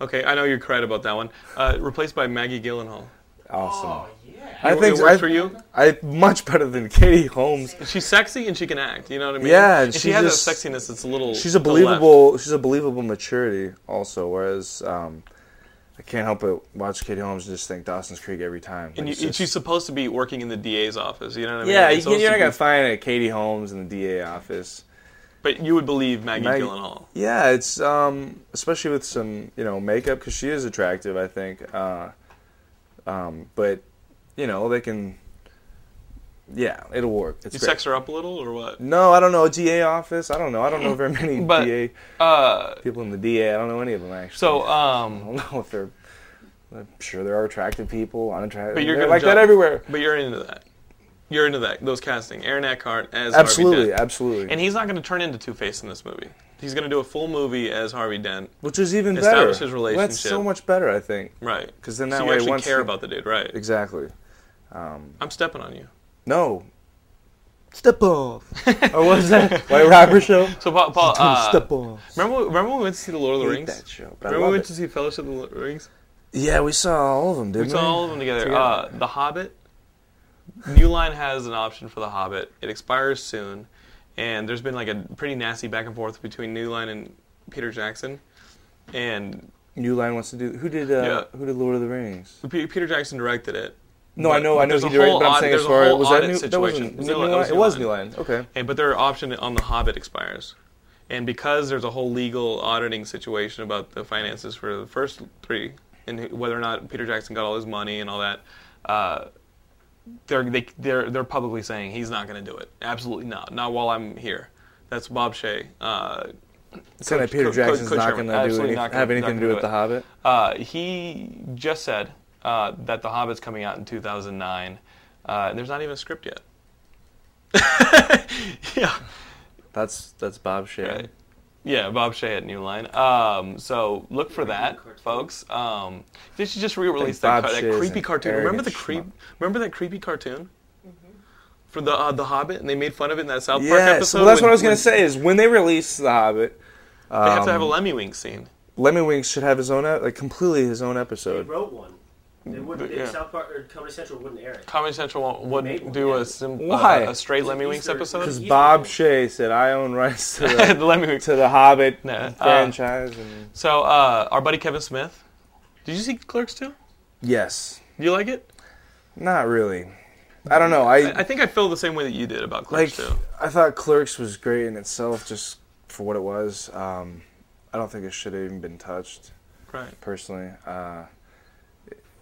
S2: okay, I know you're correct about that one. Uh, replaced by Maggie Gyllenhaal.
S3: Awesome.
S4: Oh, <laughs> yeah.
S3: I
S2: It-
S3: think
S2: it works
S3: I,
S2: for you?
S3: I much better than Katie Holmes.
S2: She's sexy and she can act. You know what I mean?
S3: Yeah,
S2: and she
S3: she
S2: has
S3: just-
S2: that sexiness that's a little.
S3: She's a
S2: to the left.
S3: believable. She's a believable maturity. Also, whereas um, I can't help but watch Katie Holmes and just think Dawson's Creek every time. Like,
S2: And you,
S3: it's just-
S2: she's supposed to be working in the DA's office. You know what I mean?
S3: yeah,
S2: It's
S3: you,
S2: supposed
S3: you're
S2: to
S3: not gonna
S2: be-
S3: find a Katie Holmes in the DA office.
S2: But you would believe Maggie,
S3: Maggie-
S2: Gyllenhaal.
S3: Yeah, it's um, especially with some you know makeup because she is attractive. I think, uh, um, but you know they can. Yeah, it'll work. It's
S2: You
S3: great.
S2: sex her up a little or what?
S3: No, I don't know DA office. I don't know. I <clears throat> don't know very many
S2: But-
S3: DA
S2: Uh,
S3: people in the DA. I don't know any of them actually.
S2: so
S3: I
S2: um,
S3: don't <laughs> know if they're. I'm sure there are attractive people, unattractive.
S2: But you're
S3: They're
S2: gonna
S3: like that
S2: jump.
S3: everywhere.
S2: but you're into that. You're into that. Those casting. Aaron Eckhart as Harvey
S3: Absolutely,
S2: Dent.
S3: absolutely.
S2: And he's not going to turn into Two Face in this movie. He's going to do a full movie as Harvey Dent.
S3: which is even better.
S2: establishes relationship.
S3: That's so much better, I think.
S2: Right.
S3: 'Cause then
S2: So
S3: that
S2: you
S3: way
S2: actually
S3: once
S2: care
S3: the-
S2: about the dude, right?
S3: Exactly. Um,
S2: I'm stepping on you.
S3: No. Step off.
S2: <laughs>
S3: or what was that? White rapper show.
S2: So Paul, Paul uh,
S3: <laughs> Step off.
S2: remember remember when we went to see the Lord of the
S3: Hate
S2: Rings?
S3: that show, but I
S2: remember we
S3: love
S2: went
S3: it.
S2: to see Fellowship of the Lo- Rings?
S3: Yeah, we saw all of them, didn't
S2: We
S3: we?
S2: saw all of them together. Uh, the Hobbit. New Line has an option for The Hobbit. It expires soon, and there's been like a pretty nasty back and forth between New Line and Peter Jackson. And
S3: New Line wants to do. Who did? Uh,
S2: Yeah.
S3: Who did Lord of the Rings?
S2: P- Peter Jackson directed it.
S3: No, I
S2: But-
S3: know,
S2: but
S3: I know
S2: there's
S3: he
S2: a
S3: directed.
S2: whole
S3: But I'm
S2: audit-
S3: saying
S2: there's
S3: as
S2: a
S3: far
S2: whole
S3: was that
S2: audit
S3: new? That
S2: situation. It
S3: wasn't
S2: was
S3: New
S2: New
S3: Line.
S2: Line-
S3: It was New Line. Okay.
S2: And, but their option on The Hobbit expires. And because there's a whole legal auditing situation about the finances for the first three, and whether or not Peter Jackson got all his money and all that, uh, they're, they, they're, they're publicly saying he's not going to do it. Absolutely not. Not while I'm here. That's Bob Shea. Uh,
S3: Saying that
S2: Coach-
S3: Peter
S2: Coach-
S3: Jackson's
S2: Coach
S3: not
S2: Sherman.
S3: going to do
S2: Absolutely
S3: any,
S2: not gonna-
S3: have
S2: not
S3: anything
S2: gonna
S3: to do
S2: do
S3: with The
S2: it.
S3: Hobbit.
S2: Uh, he just said uh, that The Hobbit's coming out in 2009. Uh, there's not even a script
S3: <laughs>
S2: yet. yeah.
S3: That's that's Bob Shea.
S2: Right. Yeah, Bob Shea at New Line. Um, so look for that, folks. Um, they should just re-release that,
S3: Bob
S2: car-
S3: Shea
S2: that
S3: is
S2: creepy
S3: an
S2: cartoon. Remember
S3: arrogant
S2: the creep?
S3: schmuck.
S2: Remember that creepy cartoon
S5: Mm-hmm.
S2: for the uh, the Hobbit, and they made fun of it in that South Park
S3: Yeah,
S2: episode.
S3: so that's
S2: when-
S3: what I was going
S2: when
S3: to say Um, is when they release The Hobbit,
S2: They have to have a Lemmy Wing scene.
S3: Lemmy Wings should have his own, e- like completely his own
S5: They
S3: episode.
S5: wrote one. They wouldn't. They,
S2: Yeah.
S5: South Park or Comedy Central wouldn't air it.
S2: Comedy Central won't- wouldn't
S5: Maybe.
S2: do a sim-
S3: Why?
S2: uh, a straight
S5: It's an
S2: Lemmy Winks
S5: Easter-
S2: episode. <laughs>
S3: Because
S5: Easter
S3: Bob
S5: egg.
S3: Shea said, I own rights to
S2: the
S3: the,
S2: Lemmy Winks.
S3: to the Hobbit
S2: No, uh,
S3: franchise. and-
S2: So uh, our buddy Kevin Smith. Did you see Clerks too?
S3: yes.
S2: Do you like it?
S3: Not really. I don't know. I,
S2: I, I think I feel the same way that you did about
S3: like
S2: Clerks too.
S3: I thought Clerks was great in itself, just for what it was. Um, I don't think it should have even been touched.
S2: Right.
S3: personally. Uh,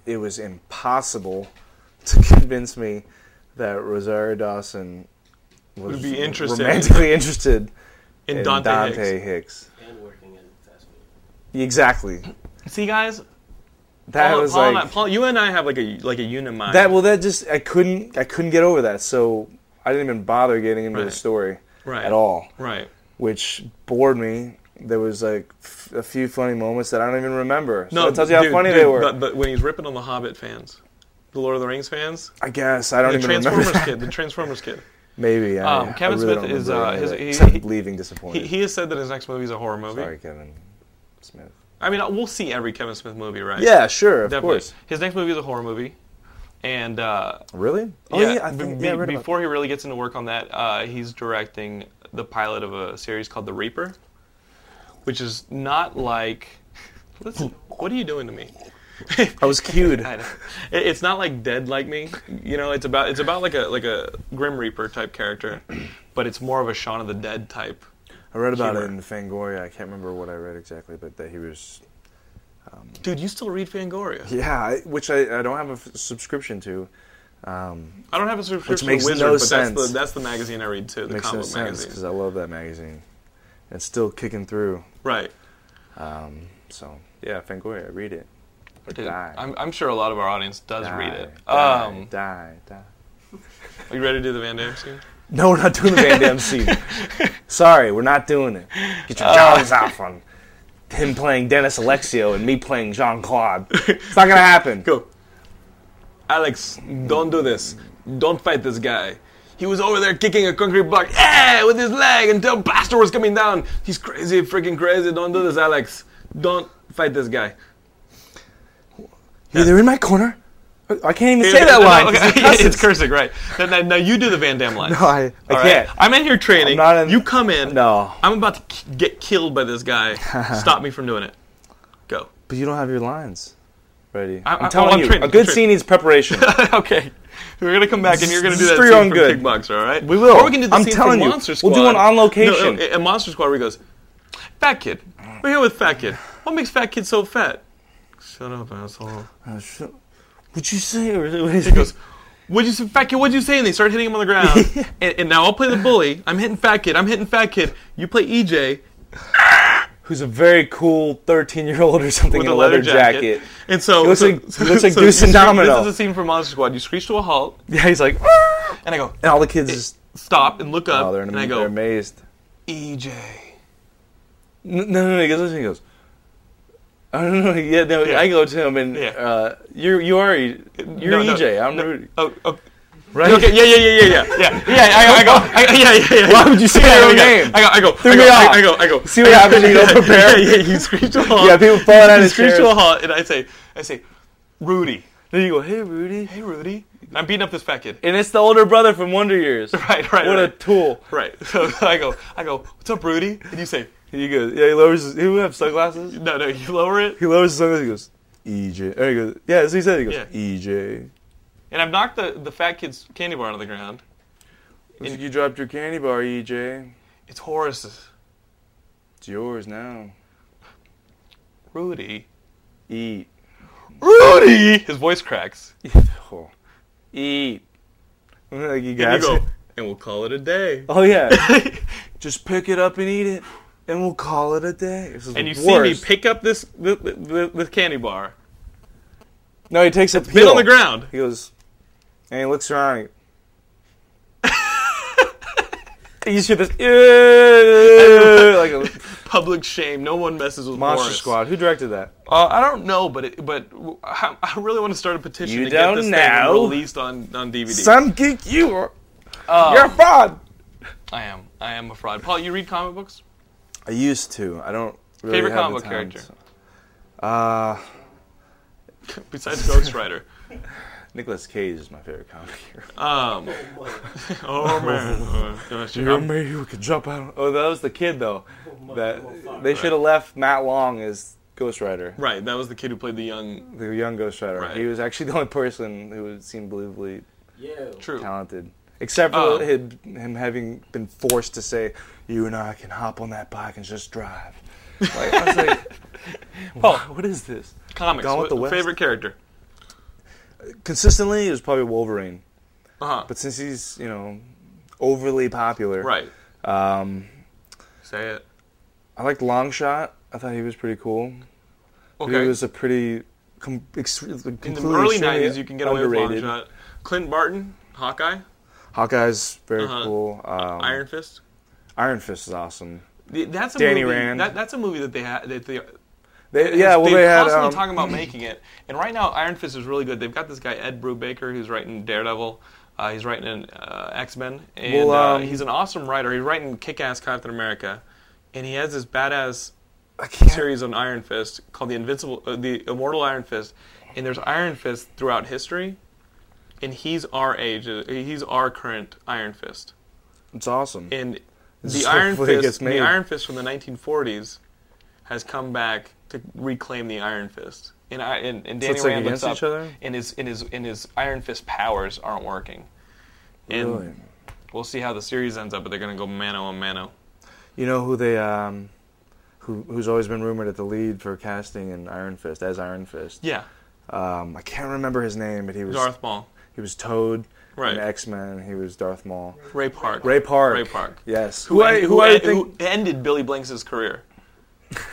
S3: it was impossible <laughs> to convince me that Rosario Dawson was
S2: Would be interested. <laughs>
S3: romantically interested
S2: In Dante, Hicks.
S3: Hicks.
S5: And working in fast food.
S3: Exactly.
S2: See, guys,
S3: That
S2: Paul,
S3: was
S2: Paul and I-
S3: like
S2: Paul, you and I have like a like a unimind.
S3: that. Well, that just I couldn't. I couldn't get over that. So I didn't even bother getting into the
S2: Right.
S3: story
S2: right.
S3: at all,
S2: Right.
S3: which bored me. There was like f- a few funny moments that I don't even remember. So no, that tells you
S2: dude,
S3: how funny
S2: dude,
S3: they were.
S2: But, but when he's ripping on the Hobbit fans, the Lord of the Rings fans,
S3: I guess I don't
S2: the
S3: even remember.
S2: Transformers
S3: that.
S2: kid, the Transformers
S3: <laughs>
S2: kid.
S3: Maybe. I,
S2: Um, Kevin
S3: I really
S2: Smith
S3: don't
S2: is,
S3: remember
S2: uh,
S3: any
S2: his-
S3: of it,
S2: he-
S3: except
S2: he-
S3: leaving
S2: He,
S3: disappointed.
S2: he has said that his next movie is a horror movie.
S3: Sorry, Kevin Smith.
S2: I mean, we'll see every Kevin Smith movie, right?
S3: Yeah, sure, of
S2: definitely.
S3: course.
S2: His next movie is a horror movie, and uh,
S3: Really?
S2: yeah,
S3: I think,
S2: be-
S3: Oh, yeah, I read about
S2: before he really gets into work on that, uh, he's directing the pilot of a series called The Reaper, which is not like. Listen, what are you doing to me? <laughs>
S3: that. <laughs> I was cued.
S2: I know. It- It's not like Dead Like Me. You know, it's about it's about like a like a Grim Reaper type character, but it's more of a Shaun of the Dead type.
S3: I read about it
S2: Humor.
S3: in Fangoria. I can't remember what I read exactly, but that he was.
S2: Dude, you still read Fangoria?
S3: Yeah, I, which I, I don't have a f- subscription to. Um,
S2: I don't have a subscription
S3: makes
S2: to Wizard,
S3: no
S2: but that's
S3: sense.
S2: the that's the magazine I read too, the
S3: makes no
S2: comic
S3: sense because
S2: magazine.
S3: I love that magazine. It's still kicking through.
S2: Right.
S3: Um, so yeah, Fangoria. Read it. Or
S2: Dude,
S3: die.
S2: I'm, I'm sure a lot of our audience does
S3: die,
S2: read it.
S3: Die,
S2: um,
S3: die, die.
S2: Are you ready to do the Van Damme scene?
S3: No, we're not doing the Van
S2: <laughs>
S3: Damme scene. Sorry, we're not doing it. Get
S2: Uh.
S3: your jaws off on him playing Dennis Alexio and me playing Jean
S2: <laughs>
S3: Claude. It's not gonna happen.
S2: Go. Alex, don't do this. Don't fight this guy. He was over there kicking a concrete block eh, with his leg until Pastor was coming down. He's crazy, freaking crazy. Don't do this, Alex. Don't fight this guy.
S3: Either in my corner. I can't even say
S2: No,
S3: that line.
S2: okay,
S3: <laughs> 'cause
S2: <laughs>
S3: it
S2: it's
S3: cusses.
S2: cursing, right. Now, now, now you do the Van Damme line.
S3: No, I, I
S2: All right?
S3: can't.
S2: I'm in here training.
S3: I'm not in-
S2: you come in.
S3: No,
S2: I'm about to k- get killed by this
S3: <laughs>
S2: guy. Stop me from doing it. Go.
S3: but you don't have your lines ready.
S2: I-
S3: I'm,
S2: I-
S3: telling
S2: oh, I'm
S3: you,
S2: training,
S3: a
S2: I'm
S3: good
S2: training.
S3: scene needs preparation. <laughs>
S2: <laughs> okay. We're gonna come back and you're gonna do
S3: This is
S2: that
S3: for
S2: scene
S3: your own
S2: from
S3: good.
S2: Kickbox, all right?
S3: We will.
S2: Or we can do the
S3: I'm
S2: scene
S3: telling
S2: from
S3: you.
S2: Monster Squad.
S3: We'll do one on location.
S2: No, no, in Monster Squad, where he goes, "Fat kid, we're here with fat kid. What makes fat kid so fat?" Shut up, asshole.
S3: Uh, sh- What'd you say? Or what is
S2: He goes, "What'd you say, fat kid? What'd you say?" And they start hitting him on the ground. and, and now I'll play the bully. I'm hitting fat kid. I'm hitting fat kid. You play E EJ
S3: <laughs> Who's a very cool 13 year old or something
S2: with
S3: in
S2: a
S3: a leather,
S2: jacket.
S3: jacket.
S2: And so
S3: He looks
S2: so- <laughs>
S3: like- he
S2: so-
S3: looks like
S2: so
S3: Deuce
S2: you scream-
S3: and Domino.
S2: This is a scene from Monster Squad. You screech to a halt,
S3: <laughs> Yeah, he's like, "Ah!"
S2: and I go
S3: and all the kids just
S2: stop and look up,
S3: Oh, they're,
S2: and
S3: am-
S2: I
S3: they're
S2: go "E
S3: amazed.
S2: EJ.
S3: N- No, no, no. He goes, listen, he goes. I don't know. Yeah, no.
S2: Yeah.
S3: I go to him and
S2: Yeah.
S3: uh, you're you are E- you're
S2: No, no,
S3: EJ. I'm
S2: no,
S3: Rudy.
S2: Oh, okay.
S3: right.
S2: okay. Yeah, yeah, yeah, yeah, yeah, yeah. Yeah, I, I go. I, yeah, yeah, yeah.
S3: Why would you say
S2: yeah,
S3: your
S2: I go,
S3: name?
S2: I go. I go.
S3: Threw
S2: I go,
S3: me
S2: I,
S3: off.
S2: I go. I go.
S3: See what happens when you don't prepare?
S2: <laughs> Yeah, yeah. You screech to a halt.
S3: Yeah, people falling out
S2: You
S3: of
S2: screech
S3: chairs.
S2: to a halt, and I say, I say, Rudy.
S3: Then you go, hey Rudy,
S2: Hey, Rudy. And I'm beating up this fat kid. <laughs>
S3: and it's the older brother from Wonder Years.
S2: Right, right,
S3: What a
S2: right.
S3: tool.
S2: right. <laughs> So I go. I go. What's up, Rudy? And you say,
S3: And he goes, yeah. He lowers. His, he would have sunglasses.
S2: No, no. You lower it,
S3: He lowers his sunglasses. He goes, EJ. Or he goes, yeah. That's what he said. He goes, "E
S2: Yeah.
S3: EJ.
S2: and I've knocked the the fat kid's candy bar onto the ground.
S3: If you dropped your candy bar, EJ,
S2: It's Horace's.
S3: it's yours now.
S2: Rudy.
S3: Eat.
S2: Rudy. His voice cracks.
S3: Oh. Eat. <laughs> Like you
S2: And
S3: guys.
S2: you go. And we'll call it a day.
S3: Oh yeah. <laughs> Just pick it up and eat it, and we'll call it a day. This is
S2: and you
S3: the
S2: see me
S3: worst.
S2: pick up this this, this, this candy bar,
S3: No, he takes a peel.
S2: bit on the ground.
S3: He goes, and he looks around.
S2: <laughs>
S3: and you see this "Ew," <laughs> like a
S2: Public shame. No one messes with
S3: monster
S2: Morris.
S3: squad. Who directed that?
S2: Uh, I don't know, but it, but I, I really want to start a petition
S3: You
S2: to get
S3: don't
S2: this thing
S3: know.
S2: released on on DVD.
S3: Some geek you are.
S2: Oh.
S3: You're a fraud.
S2: I am. I am a fraud. Paul, you read comic books?
S3: I used to. I don't really
S2: Favorite
S3: have
S2: comic book
S3: the time
S2: character?
S3: to- Uh,
S2: Besides Ghost
S3: <laughs>
S2: Rider.
S3: Nicholas Cage is my favorite comic hero.
S2: Um, <laughs> oh
S3: <laughs>
S2: man, oh, gosh,
S3: You're
S2: I'm-
S3: me who could jump out. Oh, that was the kid though.
S5: Oh,
S3: That
S5: motherfucker.
S3: they should have left Matt Long as Ghost Rider,
S2: right, that was the kid who played the young.
S3: the young Ghost Rider.
S2: Right.
S3: He was actually the only person who seemed believably
S5: Yo.
S2: True.
S3: talented, except for
S2: Oh.
S3: him, him having been forced to say, "You and I can hop on that bike and just drive." Like, I
S2: <laughs>
S3: was like, "Well, what is this?"
S2: Comics.
S3: Gone with
S2: what-
S3: the West.
S2: Favorite character.
S3: Consistently, it was probably Wolverine,
S2: Uh huh.
S3: but since he's you know overly popular,
S2: Right.
S3: Um,
S2: Say it.
S3: I liked Longshot. I thought he was pretty cool.
S2: Okay.
S3: He was a pretty com- ex-
S2: In the
S3: completely
S2: early
S3: extremely
S2: '90s, you can get away with
S3: underrated.
S2: long shot. Clint Barton, Hawkeye,
S3: Hawkeye's very
S2: Uh-huh.
S3: cool. Um,
S2: Iron Fist.
S3: Iron Fist is awesome.
S2: The- That's a
S3: Danny
S2: movie,
S3: Rand.
S2: That, that's a movie that they had. That they,
S3: They, yeah, well,
S2: they're
S3: they had
S2: constantly
S3: um,
S2: talking about making it. And right now, Iron Fist is really good. They've got this guy Ed Brubaker who's writing Daredevil. Uh, he's writing in, uh, X Men, and
S3: Well, um,
S2: uh, he's an awesome writer. He's writing Kick-Ass Captain America, and he has this badass
S3: I can't,
S2: series on Iron Fist called the Invincible, uh, the Immortal Iron Fist, and there's Iron Fist throughout history, and he's our age. uh, He's our current Iron Fist,
S3: it's awesome.
S2: and
S3: Just
S2: the Iron
S3: hopefully it
S2: Fist,
S3: gets
S2: the
S3: made.
S2: Iron Fist from the 1940s, has come back to reclaim the Iron Fist. And, I, and, and
S3: So
S2: Danny
S3: it's, like,
S2: Rand looks
S3: against
S2: up,
S3: each other?
S2: and his and his and his Iron Fist powers aren't working. And
S3: Really.
S2: we'll see how the series ends up, but they're gonna go mano a mano.
S3: You know who they um, who who's always been rumored at the lead for casting in Iron Fist as Iron Fist.
S2: Yeah,
S3: Um, I can't remember his name, but he was
S2: Darth Maul,
S3: he was Toad
S2: Right.
S3: in X Men. He was Darth Maul.
S2: Ray Park,
S3: Ray Park.
S2: Ray Park.
S3: Yes.
S2: who, en- who, en-
S3: think
S2: who ended Billy Blanks' career.
S3: <laughs>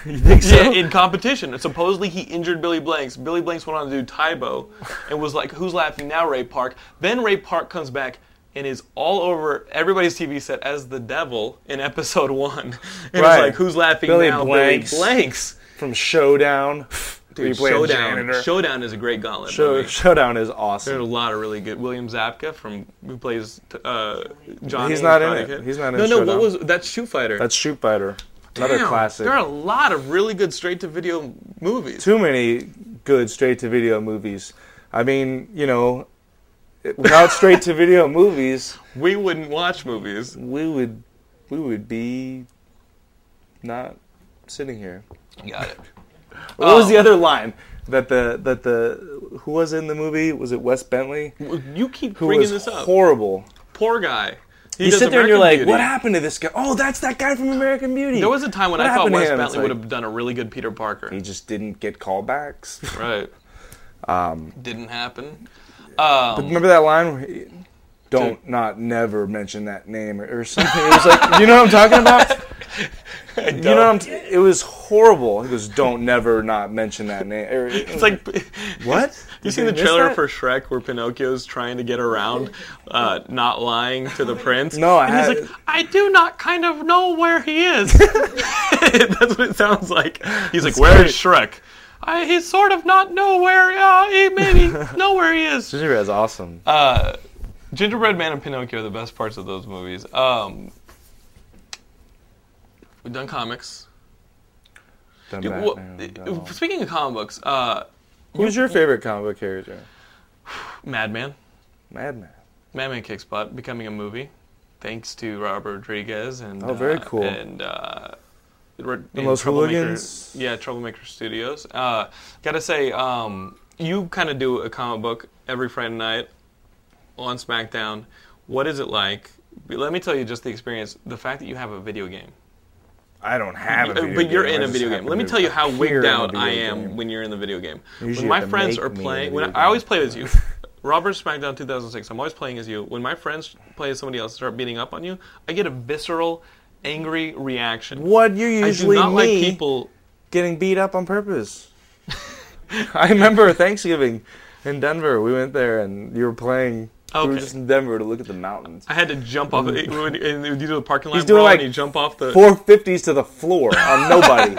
S3: you think so?
S2: Yeah, in competition. Supposedly he injured Billy Blanks. Billy Blanks went on to do Tybo and was like, Who's laughing now, Ray Park? Then Ray Park comes back and is all over everybody's TV set as the devil in episode one. <laughs> And
S3: Right.
S2: it's like, Who's laughing
S3: Billy
S2: now,
S3: Blanks.
S2: Billy Blanks?
S3: From Showdown.
S2: Dude,
S3: he played
S2: Showdown.
S3: janitor.
S2: Showdown is a great gauntlet.
S3: Show,
S2: movie.
S3: Showdown is
S2: There's a
S3: awesome.
S2: lot of really good. William Zabka from who plays uh, Johnny.
S3: He's not in
S2: Karate
S3: it.
S2: Kid.
S3: He's not in
S2: No, no. What
S3: Showdown.
S2: was that's Shoe Fighter?
S3: That's Shoot Fighter. Another
S2: Damn,
S3: classic.
S2: There are a lot of really good straight to video movies.
S3: Too many good straight to video movies. I mean, you know, without straight to video <laughs> movies,
S2: We wouldn't watch movies.
S3: we would we would be not sitting here.
S2: Got it.
S3: What was
S2: Oh.
S3: the other line that the that the who was in the movie? Was it Wes Bentley?
S2: You keep
S3: Who
S2: bringing
S3: was
S2: this up.
S3: horrible.
S2: Poor guy. He
S3: you
S2: does
S3: sit there and you're
S2: American
S3: like,
S2: Beauty.
S3: what happened to this guy? Oh, that's that guy from American Beauty.
S2: There was a time when
S3: What
S2: I thought
S3: happened to
S2: Wes
S3: him?
S2: Bentley
S3: It's like-
S2: would have done a really good Peter Parker.
S3: <laughs> He just didn't
S2: <laughs>
S3: get callbacks.
S2: right. Um, Didn't happen.
S3: <laughs>
S2: Um,
S3: Remember that line? Where he, Don't not never mention that name or, or something. It was like, you know what I'm
S2: <laughs>
S3: talking about? You know what I'm. T- it was horrible. He goes, "Don't never not mention that name." Or,
S2: it's like <laughs>
S3: what?
S2: You
S3: Did
S2: seen the
S3: they miss
S2: trailer
S3: that?
S2: for Shrek where Pinocchio's trying to get around uh, not lying to the prince?
S3: No, I
S2: and he's
S3: had-
S2: like, I do not kind of know where he
S3: <laughs>
S2: is. <laughs> That's what it sounds like. He's like, where is Shrek? I, he's sort of not know where, uh, he
S3: <laughs>
S2: maybe know where he is.
S3: Ginger Bear's awesome.
S2: Uh, Gingerbread Man and Pinocchio are the best parts of those movies. Um, we've done comics.
S3: Done
S2: Dude,
S3: back
S2: wha-
S3: now, done all.
S2: speaking of comic books, uh,
S3: Who's your favorite comic book character?
S2: Madman.
S3: Madman.
S2: Madman Kicks Butt becoming a movie, thanks to Robert Rodriguez and
S3: Oh, very
S2: uh,
S3: cool.
S2: and uh, the
S3: Los
S2: Troublemaker-
S3: Hooligans?
S2: Yeah, Troublemaker Studios. Uh, gotta say, um, you kind of do a comic book every Friday night on SmackDown. What is it like? Let me tell you just the experience. The fact that you have a video game,
S3: I don't have a
S2: Uh,
S3: video
S2: but you're
S3: game.
S2: in
S3: I
S2: a
S3: just
S2: video
S3: happen
S2: game. Let me
S3: to
S2: tell you how
S3: appear
S2: wigged
S3: in a
S2: out
S3: video
S2: I am
S3: game.
S2: when you're in the video game.
S3: Usually
S2: when
S3: you
S2: my
S3: have to
S2: friends
S3: make
S2: are
S3: me in a
S2: playing, when
S3: video
S2: I always
S3: game.
S2: play as
S3: <laughs>
S2: you. Robert SmackDown 2006. I'm always playing as you. When my friends play as somebody else and start beating up on you, I get a visceral, angry reaction.
S3: What you usually
S2: I do not like
S3: me
S2: people.
S3: getting beat up on purpose. <laughs> I remember Thanksgiving in Denver. We went there and you were playing. We were
S2: Okay.
S3: just in Denver to look at the mountains.
S2: I had to jump off. it- <laughs> when- and You do the parking lot
S3: He's doing
S2: brawl
S3: like
S2: and you jump off the.
S3: 450s to the floor
S2: <laughs>
S3: on nobody.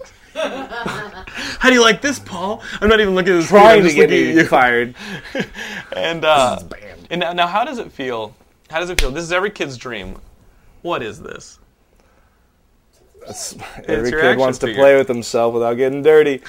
S3: <laughs>
S2: How do you like this, Paul? I'm not even looking at this. dude, I'm
S3: trying to
S2: just
S3: get
S2: looking at
S3: you fired.
S2: And uh, and now, now, how does it feel? How does it feel? This is every kid's dream. What is this?
S3: That's-
S2: <laughs>
S3: every
S2: your
S3: kid
S2: action
S3: wants to
S2: figure. Oh,
S3: play with himself without getting dirty.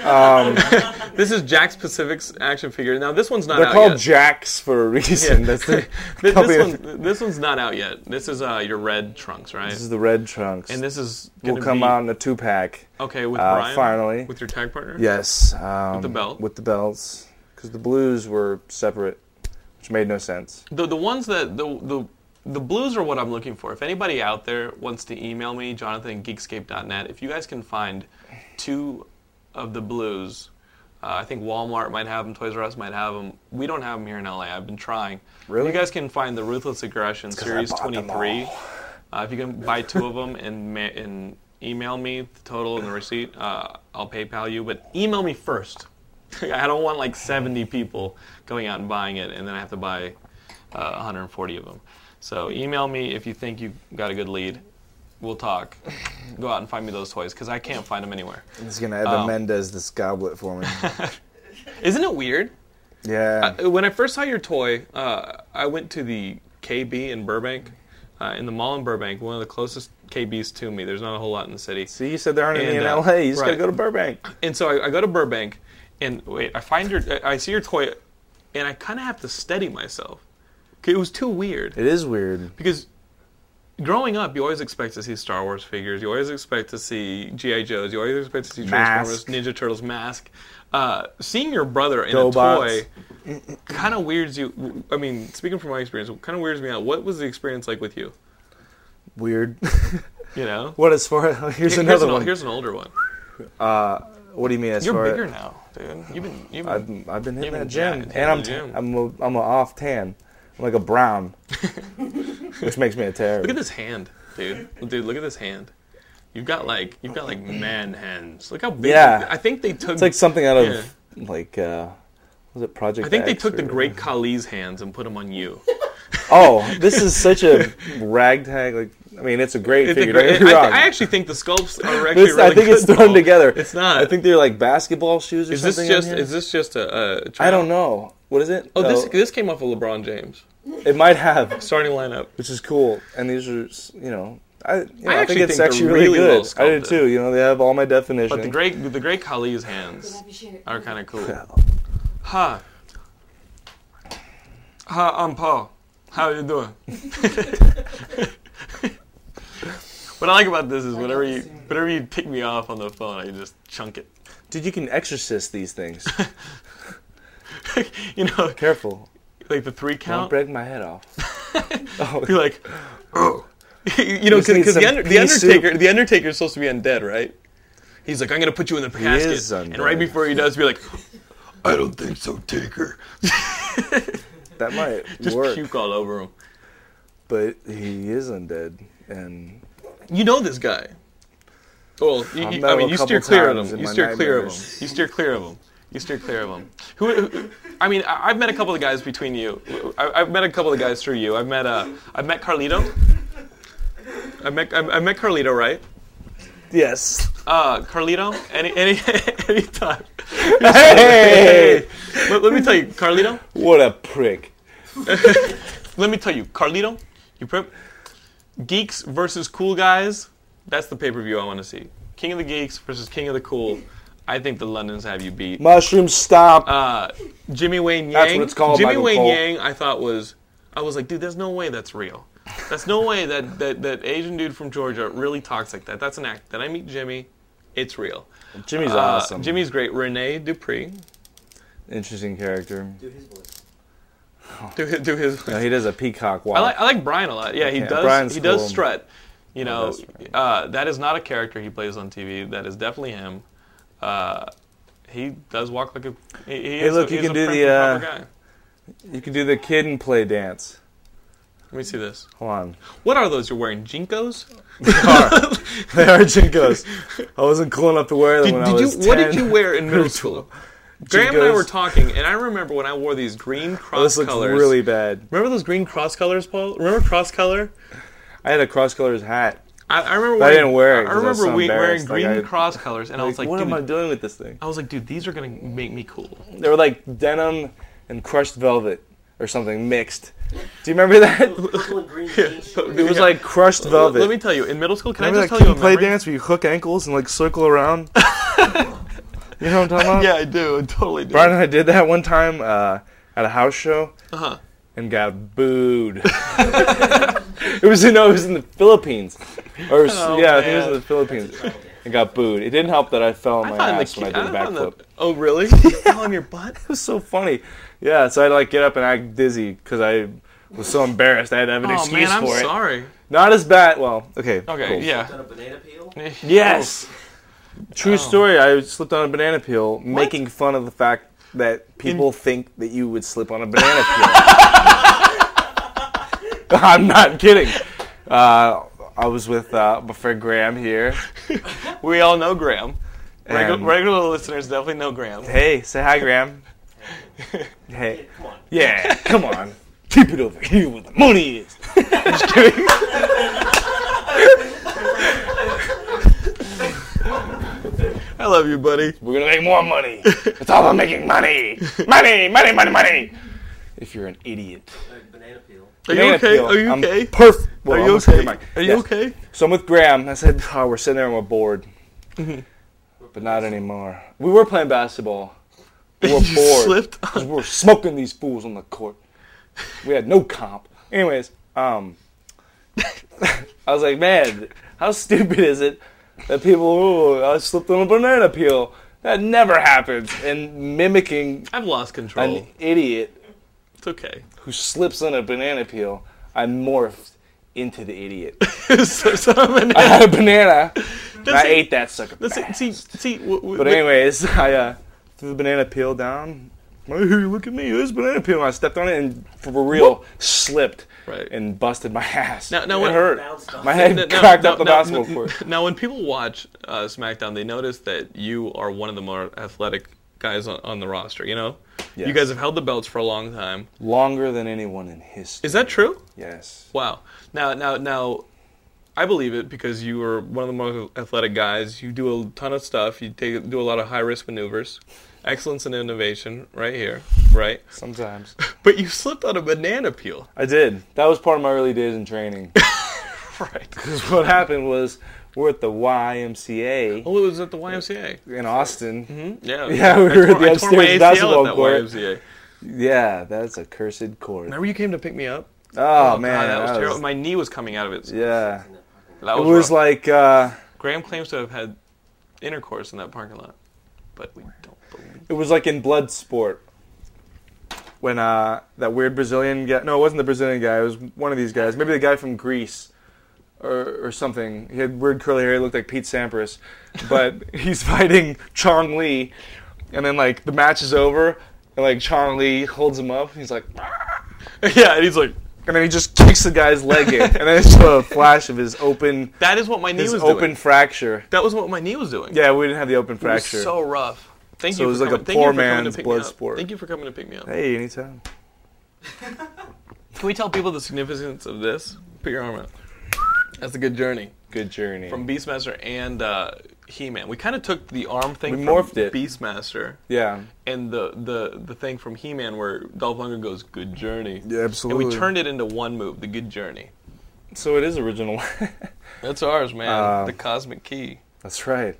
S2: This is Jack's Pacific's action figure. Now this one's not
S3: They're
S2: out
S3: called
S2: yet.
S3: Jacks for a reason. <laughs> That's the
S2: <laughs> Th-
S3: company-
S2: this, one, this one's not out yet. This is uh, your red trunks, right?
S3: This is the red trunks.
S2: and this is
S3: will
S2: gonna
S3: come
S2: be-
S3: out in a two pack.
S2: Okay, with
S3: uh,
S2: Brian.
S3: finally.
S2: with your tag partner.
S3: Yes. Um, with
S2: the belt.
S3: With the belts, because the blues were separate, which made no sense.
S2: The the ones that the the the blues are what I'm looking for. If anybody out there wants to email me, Jonathan Geekscape.net, if you guys can find two of the blues, uh, I think Walmart might have them, Toys R Us might have them. We don't have them here in LA. I've been trying.
S3: Really?
S2: You guys can find the Ruthless Aggression Series
S3: bought them
S2: 23. Uh, if you can buy two of them and ma- and email me the total and the receipt, uh, I'll PayPal you. But email me first. <laughs> I don't want like 70 people going out and buying it, and then I have to buy uh, 140 of them. So email me if you think you got a good lead. We'll talk. Go out and find me those toys because I can't find them anywhere.
S3: He's gonna Eva
S2: Um,
S3: Mendez this goblet
S2: <laughs>
S3: for me.
S2: Isn't it weird?
S3: yeah.
S2: Uh, When I first saw your toy, uh, I went to the KB in Burbank, uh, in the mall in Burbank, one of the closest KBs to me. There's not a whole lot in the city.
S3: See, you said there aren't any
S2: And,
S3: in
S2: uh,
S3: LA. You just
S2: right.
S3: gotta go to Burbank.
S2: and so I, I go to Burbank, and wait, I find your, I I see your toy, and I kind of have to steady myself. 'Kay, It was too weird
S3: It is weird.
S2: because growing up, you always expect to see Star Wars figures, you always expect to see GI Joes, you always expect to see Transformers,
S3: Mask.
S2: Ninja Turtles mask. Uh, seeing your brother in
S3: GoBots.
S2: a toy kind of weirds you. I mean, speaking from my experience, kind of weirds me out. What was the experience like with you? <laughs>
S3: Weird.
S2: You know,
S3: what is for? <laughs> Here's
S2: Here-
S3: another
S2: an, ol-
S3: one.
S2: Here's an older one.
S3: what do you mean as
S2: You're
S3: far?
S2: bigger now, dude. You've been, you've
S3: I've,
S2: been
S3: I've been hitting
S2: Even
S3: that gym,
S2: Jack,
S3: and I'm
S2: hitting the
S3: t- I'm a, I'm a off tan. I'm like a
S2: <laughs>
S3: brown, which makes me a terror.
S2: Look at this hand, dude. Dude, look at this hand. You've got like you've got like man hands. Look how big.
S3: Yeah.
S2: I think they took.
S3: It's like something out of
S2: Yeah.
S3: like uh, was it Project?
S2: I think they
S3: X
S2: took the
S3: or-
S2: great Khali's hands and put them on you.
S3: Oh, this is
S2: <laughs>
S3: such a ragtag. Like, I mean, it's a great
S2: It's a
S3: figure.
S2: great-
S3: don't get
S2: I,
S3: me
S2: I
S3: wrong.
S2: actually think the sculpts are actually
S3: <laughs> This-
S2: really
S3: I think it's
S2: good,
S3: thrown
S2: though.
S3: together.
S2: It's not.
S3: I think they're like basketball shoes or
S2: Is this
S3: something.
S2: just
S3: on
S2: is
S3: here.
S2: this just a? a
S3: I don't know. What is it?
S2: Oh, this this came off of LeBron James
S3: it might have.
S2: starting lineup.
S3: which is cool. And these are, s- you know, I, you know, I,
S2: actually
S3: think
S2: think
S3: it's
S2: they're
S3: actually
S2: really
S3: really,
S2: well
S3: good. I do
S2: sculpted.
S3: too. You know, they have all my definition.
S2: But the great the great Khali's hands are kind of cool. Hi. Hi, I'm Paul. How you doing? <laughs> what I like about this is whenever you whenever you pick me off on the phone, I can just chunk it. <laughs>
S3: Dude, you can exorcist these things.
S2: you know,
S3: Careful,
S2: like the three
S3: don't
S2: count. <laughs>
S3: break my head off. oh,
S2: Be like,
S3: <laughs>
S2: oh. you know,
S3: Just need
S2: because the,
S3: some
S2: under, the
S3: pea soup.
S2: Undertaker, the Undertaker is supposed to be undead, right? He's like, I'm gonna put you in the casket,
S3: is
S2: and right
S3: undead.
S2: before he does, be
S3: <laughs>
S2: like, I don't think so, Taker.
S3: that might
S2: <laughs> Just
S3: work,
S2: puke all over him.
S3: but he is undead, and
S2: You know this guy. Well, you,
S3: I've
S2: you,
S3: met
S2: I
S3: him
S2: mean,
S3: a
S2: you steer
S3: couple
S2: clear of
S3: times
S2: him.
S3: in
S2: You
S3: my
S2: steer clear of him.
S3: nightmares.
S2: You steer clear of him. You steer clear of him. Who? who- I mean, I, I've met a couple of guys between you. I, I've met a couple of guys through you. I've met uh, I've met Carlito. I met I, I met Carlito, right?
S3: <laughs> yes,
S2: Uh, Carlito, any any <laughs> anytime.
S3: hey,
S2: Let, let me tell you, Carlito.
S3: what a prick.
S2: Let me tell you, Carlito. You prep. Geeks versus cool guys. That's the pay per view I want to see. King of the Geeks versus King of the Cool. I think the Londons have you beat.
S3: Mushroom, stop.
S2: Uh, Jimmy Wayne Yang.
S3: That's what it's called,
S2: Jimmy
S3: Michael
S2: Wayne
S3: Cole.
S2: Yang. I thought was. I was like, dude, there's no way that's real. That's no way that, that that Asian dude from Georgia really talks like that. That's an act. Then I meet Jimmy. It's real.
S3: Jimmy's
S2: Uh,
S3: awesome.
S2: Jimmy's great. Renee Dupree.
S3: interesting character.
S5: Do
S2: <laughs>
S5: his voice.
S2: Do his, do his
S3: No, he does a peacock walk.
S2: I like I like Brian a lot. Yeah, he
S3: Okay.
S2: does.
S3: Oh. Brian's
S2: he does
S3: cool.
S2: strut. You know,
S3: does strut.
S2: uh, that is not a character he plays on TV. That is definitely him. Uh, he does walk like a. He, he is
S3: look,
S2: a,
S3: you
S2: he's
S3: can
S2: a
S3: do
S2: prim
S3: the,
S2: and proper
S3: uh,
S2: guy.
S3: you can do the kid and play dance.
S2: Let me see this.
S3: Hold
S2: <laughs>
S3: on.
S2: What are those you're wearing? Jinkos?
S3: <laughs> They are jinkos. I wasn't cool enough to wear them
S2: Did,
S3: when
S2: did
S3: I
S2: you?
S3: was
S2: What did
S3: 10.
S2: you wear in middle school? Graham and I
S3: Jinkos.
S2: were talking, and I remember when I wore these green
S3: Oh,
S2: cross
S3: <laughs> this looks
S2: colors.
S3: really bad.
S2: Remember those green cross colors, Paul? Remember cross color?
S3: I had a cross colors hat.
S2: I, I remember.
S3: But I
S2: Wearing,
S3: didn't wear it
S2: I
S3: 'cause I was
S2: remember
S3: so
S2: we, wearing
S3: embarrassed, like,
S2: green
S3: I-
S2: cross colors, and I was like,
S3: what
S2: dude,
S3: am I doing with this thing?
S2: I was like, dude, these are gonna make me cool.
S3: They were like denim and crushed velvet or something mixed. Do you remember
S2: <laughs>
S3: that?
S5: Purple and green jeans.
S3: It was like crushed velvet.
S2: Let me tell you. In middle school, can I
S3: remember that
S2: just tell you a
S3: kid play
S2: memory?
S3: dance where you hook ankles and like
S2: <laughs>
S3: circle around? you know what I'm talking about?
S2: Yeah, I do. I totally do.
S3: Brian and I did that one time uh, at a house show
S2: Uh-huh.
S3: and got booed. <laughs> it was in no, it was in the Philippines, or s-
S2: <laughs> Oh,
S3: yeah, I think it was
S2: man.
S3: in the Philippines. And got booed. It didn't help that I fell on
S2: I
S3: my
S2: found the
S3: ass when I
S2: key-
S3: did a
S2: I found the-
S3: backflip.
S2: Oh,
S3: <laughs>
S2: really? You fell on your butt?
S3: It was so funny. Yeah, so I'd like get up and act dizzy because I was so embarrassed. I had to have an
S2: Oh
S3: excuse
S2: man, I'm
S3: for it.
S2: sorry.
S3: Not as bad. Well, okay.
S2: Okay,
S3: cool.
S2: yeah.
S5: Done a banana peel.
S3: Yes. Oh. True story. I slipped on a banana peel, making fun of the fact that people think that you would
S2: <laughs>
S3: slip on a banana peel. <laughs> I'm not kidding. Uh, I was with uh, my friend Graham here.
S2: <laughs> We all know Graham. Regu-
S3: and-
S2: regular listeners definitely know Graham.
S3: hey, say
S2: <laughs>
S3: hi, Graham. hey.
S5: Come on.
S3: Yeah, come on. Keep it over here where the money is. <laughs> Just kidding.
S2: I love you, buddy.
S3: We're gonna make more money. It's all about making money. Money, money, money, money. If you're an idiot.
S5: Like banana peel.
S2: Are you
S3: Banana
S2: okay?
S3: peel.
S2: Are you
S3: I'm
S2: okay?
S3: Perf. Well,
S2: Are
S3: I'm
S2: you
S3: gonna
S2: okay?
S3: say my-
S2: Are you
S3: yes.
S2: okay?
S3: So I'm with Graham. I said, oh, we're sitting there and we're bored.
S2: Mm-hmm.
S3: but not anymore. We were playing basketball. We were
S2: <laughs> You
S3: bored.
S2: slipped on-
S3: 'Cause We were smoking these fools on the court. We had no comp. Anyways, um, <laughs> I was like, man, how stupid is it that people, oh, I slipped on a banana peel. That never happens. And mimicking
S2: I've lost control.
S3: an idiot
S2: It's okay. <laughs>
S3: who slips on a banana peel, I morphed into the idiot.
S2: so, so I'm an-
S3: <laughs> I had a banana. and I
S2: That's it.
S3: ate that sucker.
S2: That's it. <laughs>
S3: fast.
S2: See, see. W- w-
S3: But
S2: w-
S3: anyways, <laughs> I uh, threw the banana peel down. Hey, look at me, this banana peel. And I stepped on it and for real slipped
S2: Right.
S3: and busted my <laughs> ass.
S2: Now- now
S3: it
S2: what-
S3: hurt.
S5: Bounced off.
S3: My head
S2: No, no,
S3: cracked
S2: no,
S3: up the
S2: no,
S3: basketball
S2: no.
S3: court.
S2: Now, when people watch uh, SmackDown, they notice that you are one of the more athletic guys on, on the roster. You know, you
S3: Yes.
S2: guys have held the belts for a long time.
S3: Longer than anyone in history.
S2: Is that true?
S3: Yes.
S2: Wow. Now, now, now, I believe it because you are one of the most athletic guys. You do a ton of stuff. You take, do a lot of high risk maneuvers. Excellence and innovation, right here, right? <laughs>
S3: Sometimes.
S2: But you slipped on a banana peel,
S3: I did. That was part of my early days in training.
S2: <laughs> right?
S3: Because what happened was we're at the YMCA
S2: Oh, mm-hmm. it was at the YMCA.
S3: in Austin.
S2: Yeah,
S3: Yeah, we
S2: I
S3: were at
S2: tore-
S3: the
S2: I tore my
S3: upstairs
S2: ACL
S3: basketball
S2: at that
S3: court.
S2: YMCA.
S3: Yeah, that's a cursed court.
S2: Remember you came to pick me up?
S3: Oh,
S2: God,
S3: man,
S2: that was terrible. My knee was coming out of it.
S3: yeah,
S2: That
S3: it
S2: was, rough.
S3: was like uh,
S2: Graham claims to have had intercourse in that parking lot, but we don't believe.
S3: <laughs> it was like in Bloodsport when uh, that weird Brazilian guy. No, it wasn't the Brazilian guy. It was one of these guys. Maybe the guy from Greece. Or, or something. He had weird curly hair. He looked like Pete Sampras,
S2: <laughs>
S3: but he's fighting Chong Lee, and then like the match is over, and like Chong Lee holds him up. And he's like,
S2: yeah, and he's like,
S3: and then he just kicks the guy's leg in, and then it's a flash of his open
S2: <laughs> that is what my knee
S3: his
S2: was
S3: open
S2: doing.
S3: fracture.
S2: That was what my knee was doing.
S3: Yeah, we didn't have the open
S2: it was
S3: fracture.
S2: so rough. Thank
S3: So
S2: you.
S3: it was
S2: for
S3: like
S2: coming.
S3: a
S2: Thank you
S3: poor
S2: for coming to
S3: man's
S2: pick me
S3: blood
S2: up.
S3: sport.
S2: Thank you for coming to pick me up.
S3: hey, anytime.
S2: Can we tell people the significance of this? Put your arm out. That's a good journey
S3: Good journey.
S2: from Beastmaster and uh, He-Man. We kind of took the arm thing
S3: We
S2: from
S3: morphed it.
S2: Beastmaster.
S3: yeah.
S2: and the the the thing from He-Man where Dolph Lundgren goes "Good Journey."
S3: Yeah, absolutely.
S2: And we turned it into one move, the Good Journey.
S3: So it is original. <laughs>
S2: That's ours, man.
S3: Uh,
S2: the Cosmic Key.
S3: That's right.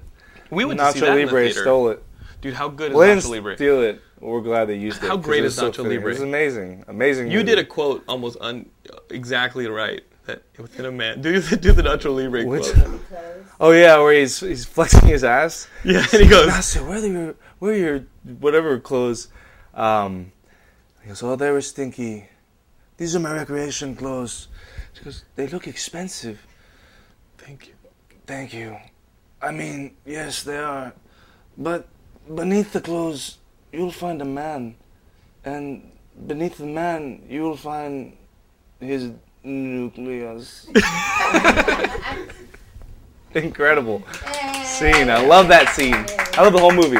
S2: We went
S3: Nacho
S2: to see that in the
S3: Libre
S2: theater.
S3: stole it.
S2: Dude, how good is
S3: Well, they didn't
S2: Nacho Libre?
S3: steal it. We're glad they used it.
S2: How
S3: 'cause
S2: great
S3: it was
S2: is Nacho
S3: fitting.
S2: Libre?
S3: It was amazing. Amazing.
S2: You
S3: movie.
S2: did a quote almost un, exactly right. That within a man, <laughs> do the, do the Nacho Libre
S3: Which-
S2: quote.
S3: Oh yeah, where he's he's <laughs> flexing his ass.
S2: <laughs> Yeah, and he goes,
S3: Nacho, where are your where are your whatever clothes? Um, he goes, oh, they were stinky. These are my recreation clothes. She goes, they look expensive.
S2: "Thank you."
S3: Thank you. I mean, yes, they are. But beneath the clothes, you'll find a man. And beneath the man, you'll find his
S2: <laughs>
S3: nucleus. Incredible scene. I love that scene. I love the whole movie.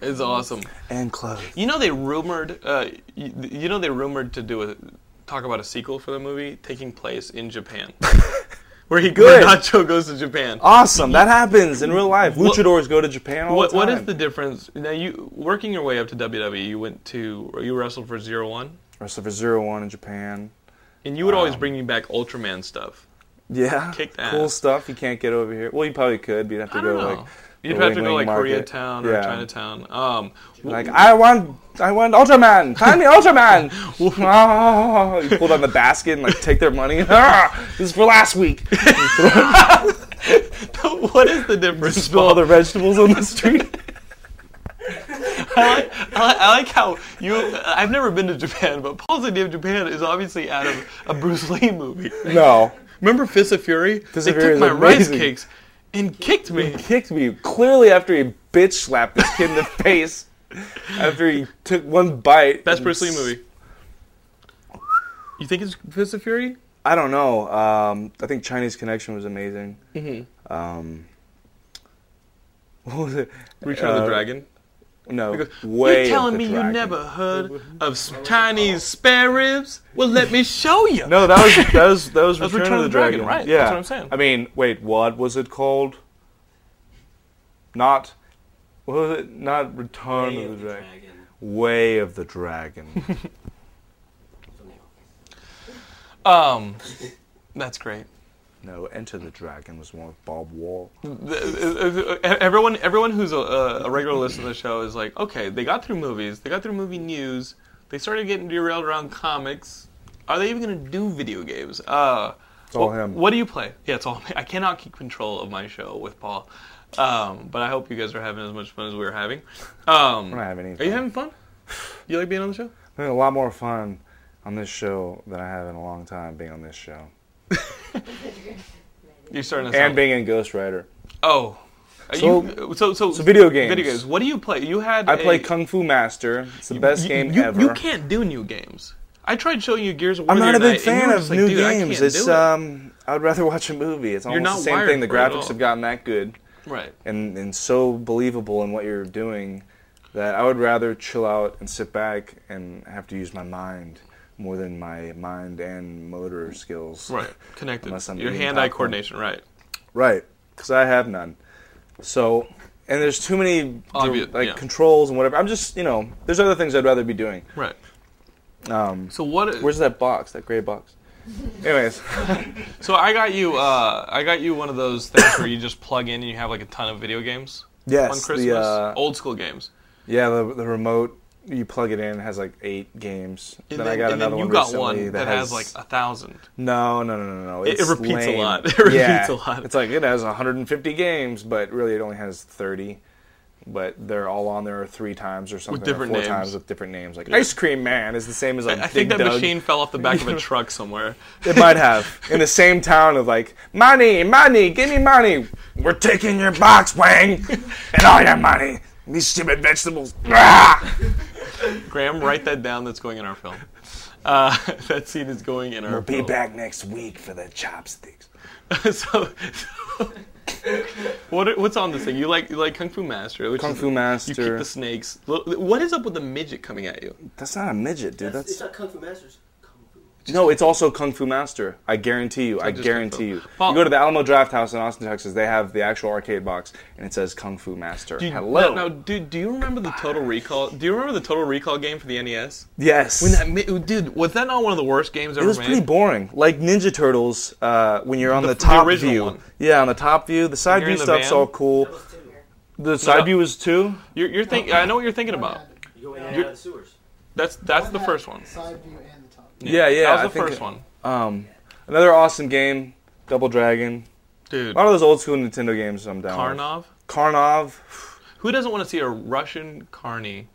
S2: It's awesome.
S3: And clothes.
S2: You know they rumored. Uh, you, you know they rumored to do a talk about a sequel for the movie taking place in
S3: <laughs>
S2: Japan, where he
S3: Good.
S2: goes, Nacho goes to Japan.
S3: Awesome. That happens in real life.
S2: What-
S3: Luchadors go to Japan all
S2: What,
S3: the time.
S2: what is the difference now? You E, working your way up to WWE, you went to you wrestled for zero one.
S3: Wrestle for Zero One in Japan.
S2: And you would
S3: Um,
S2: always bring me back Ultraman stuff.
S3: Yeah,
S2: Kicked
S3: cool
S2: ass.
S3: stuff you can't get over here. Well, you probably could, but you'd have to
S2: I
S3: go
S2: don't know.
S3: like
S2: You'd
S3: the
S2: have to
S3: Wing
S2: go like
S3: Wing Market.
S2: Koreatown
S3: Yeah.
S2: or Chinatown. Um, <laughs> w-
S3: like I want, I want Ultraman. Find me Ultraman.
S2: <laughs>
S3: oh, you pull down the basket and like take their money. <laughs> Ah, this is for last week.
S2: what is the
S3: <laughs>
S2: difference?
S3: Spill all their vegetables on the street.
S2: <laughs> I like, I like- I like how you. I've never been to Japan, but Paul's idea of Japan is obviously out of a Bruce Lee movie.
S3: no,
S2: Remember Fist of Fury?
S3: Fist
S2: they
S3: of
S2: took
S3: Fury is
S2: my
S3: amazing.
S2: rice cakes and kicked me.
S3: kicked me clearly after he bitch slapped this kid
S2: <laughs>
S3: in the face. After he took one bite.
S2: Best
S3: and
S2: Bruce Lee
S3: s-
S2: movie. You think it's Fist of Fury?
S3: I don't know. Um, I think Chinese Connection was amazing. Mm-hmm. Um, what was it?
S2: Return of
S3: Uh,
S2: the Dragon.
S3: No.
S2: Because
S3: way
S2: You're telling
S3: of the
S2: me
S3: Dragon.
S2: you never heard of s- Chinese spare ribs? Well, let me show you.
S3: No, that was that was that was Return, of the, Dragon.
S2: right,
S3: Yeah.
S2: that's what I'm saying.
S3: I mean, wait, what was it called? Not. What was it? Not Return
S5: Way
S3: of
S5: of
S3: the Dragon. Way of the Dragon.
S2: Um, that's great.
S3: no, Enter the Dragon was more Bob Wall.
S2: The- uh, uh, Everyone, everyone who's a, a regular listener to the show is like, okay, they got through movies, they got through movie news, they started getting derailed around comics. Are they even going to do video games? Uh, it's
S3: all him.
S2: What do you play? Yeah, it's all me. I cannot keep control of my show with Paul, um, but I hope you guys are having as much fun as we are having. Um,
S3: We're not having any
S2: Are you
S3: fun.
S2: having fun? You like being on the show?
S3: I'm having a lot more fun on this show than I have in a long time being on this show.
S2: You're starting to
S3: And
S2: sound.
S3: being in Ghost Rider.
S2: oh, Are
S3: So-
S2: you, uh, so so
S3: so video games.
S2: Video games. What do you play? You had
S3: I play
S2: a-
S3: Kung Fu Master. It's the best
S2: You-
S3: game
S2: you,
S3: ever.
S2: You can't do new games. I tried showing you Gears of War.
S3: I'm
S2: the
S3: not a
S2: other
S3: big
S2: night, and you
S3: fan
S2: were
S3: of
S2: just like,
S3: new
S2: "Dude, I
S3: games.
S2: can't
S3: It's
S2: do it."
S3: um, I would rather watch a movie. It's almost
S2: not
S3: the same
S2: wired
S3: thing. The
S2: for it at all.
S3: graphics have gotten that good
S2: right.
S3: and and so believable in what you're doing that I would rather chill out and sit back and have to use my mind more than my mind and motor skills.
S2: Right, connected.
S3: Unless I'm
S2: Your
S3: eating
S2: hand-eye
S3: popcorn.
S2: coordination, right?
S3: Right, because I have none. So, and there's too many
S2: Obvious,
S3: like
S2: yeah.
S3: controls and whatever. I'm just you know, there's other things I'd rather be doing.
S2: Right.
S3: Um,
S2: So what?
S3: where's that box? That
S2: <laughs>
S3: gray box. Anyways,
S2: so I got you. Uh, I got you one of those things where you just plug in and you have like a ton of video games on
S3: yes,
S2: Christmas.
S3: the uh,
S2: Old school games.
S3: Yeah, the, the remote you plug it in has like eight games.
S2: And
S3: then, I got
S2: and
S3: another
S2: then you
S3: one
S2: got
S3: recently
S2: one that has, like a thousand.
S3: no, no, no, no, no.
S2: It- it
S3: It's
S2: repeats a
S3: lame.
S2: lot. <laughs> It repeats
S3: Yeah.
S2: a lot.
S3: It's like it has 150 games, but really it only has 30. But they're all on there three times or something, or
S2: different
S3: four
S2: names.
S3: times with different names. Like Ice Cream Man is the same as like
S2: I think that
S3: Dig Dug.
S2: machine fell off the back
S3: <laughs>
S2: of a truck somewhere.
S3: It might have in the same town of like money, money, give me money. We're taking your box, Wang, and all your money. These stupid vegetables. Ah!
S2: Graham, write that down. That's going in our <laughs> film. Uh, <laughs> that scene is going in our.
S3: We'll be
S2: film.
S3: back next week for the chopsticks.
S2: <laughs> so, so what are- what's on this thing? You like you like Kung Fu Master? Which
S3: Kung
S2: is-
S3: Fu
S2: You keep
S3: Master.
S2: the snakes. Lo- What is up with the midget coming at you?
S3: That's not a midget, dude.
S5: That's,
S3: That's,
S5: it's not Kung Fu Masters. Kung Fu.
S3: no. It's also Kung Fu Master. I guarantee you. I,
S2: just
S3: guarantee you.
S2: Kung Fu. Paul-
S3: you go to the Alamo Draft House in Austin, Texas. They have the actual arcade box, and it says Kung Fu Master.
S2: Do you,
S3: Hello.
S2: Now, dude, do you remember the Total Recall? Do you remember the Total Recall game for the E NES?
S3: yes.
S2: When that mi- dude was that not one of the worst games ever
S3: it was
S2: made?
S3: pretty boring. Like Ninja Turtles, uh, when you're on the,
S2: The- the
S3: top
S2: original
S3: view.
S2: one.
S3: Yeah, on the top view. The side
S2: you're
S3: view
S2: in the
S3: stuff's
S2: van?
S3: all cool.
S5: That was two.
S3: The side
S2: no.
S3: view is two.
S2: You're, you're thinking. I know what you're thinking about.
S5: You go in and
S2: You're-
S5: out of the sewers.
S2: That's that's the first one.
S4: Side view and the top.
S3: Yeah, yeah.
S2: That
S3: I
S2: was the
S3: think
S2: first
S3: it-
S2: one,
S3: Um, another awesome game, Double Dragon.
S2: dude.
S3: A lot of those old school Nintendo games I'm down. with.
S2: Karnov.
S3: Karnov.
S2: Who doesn't want to see a Russian carny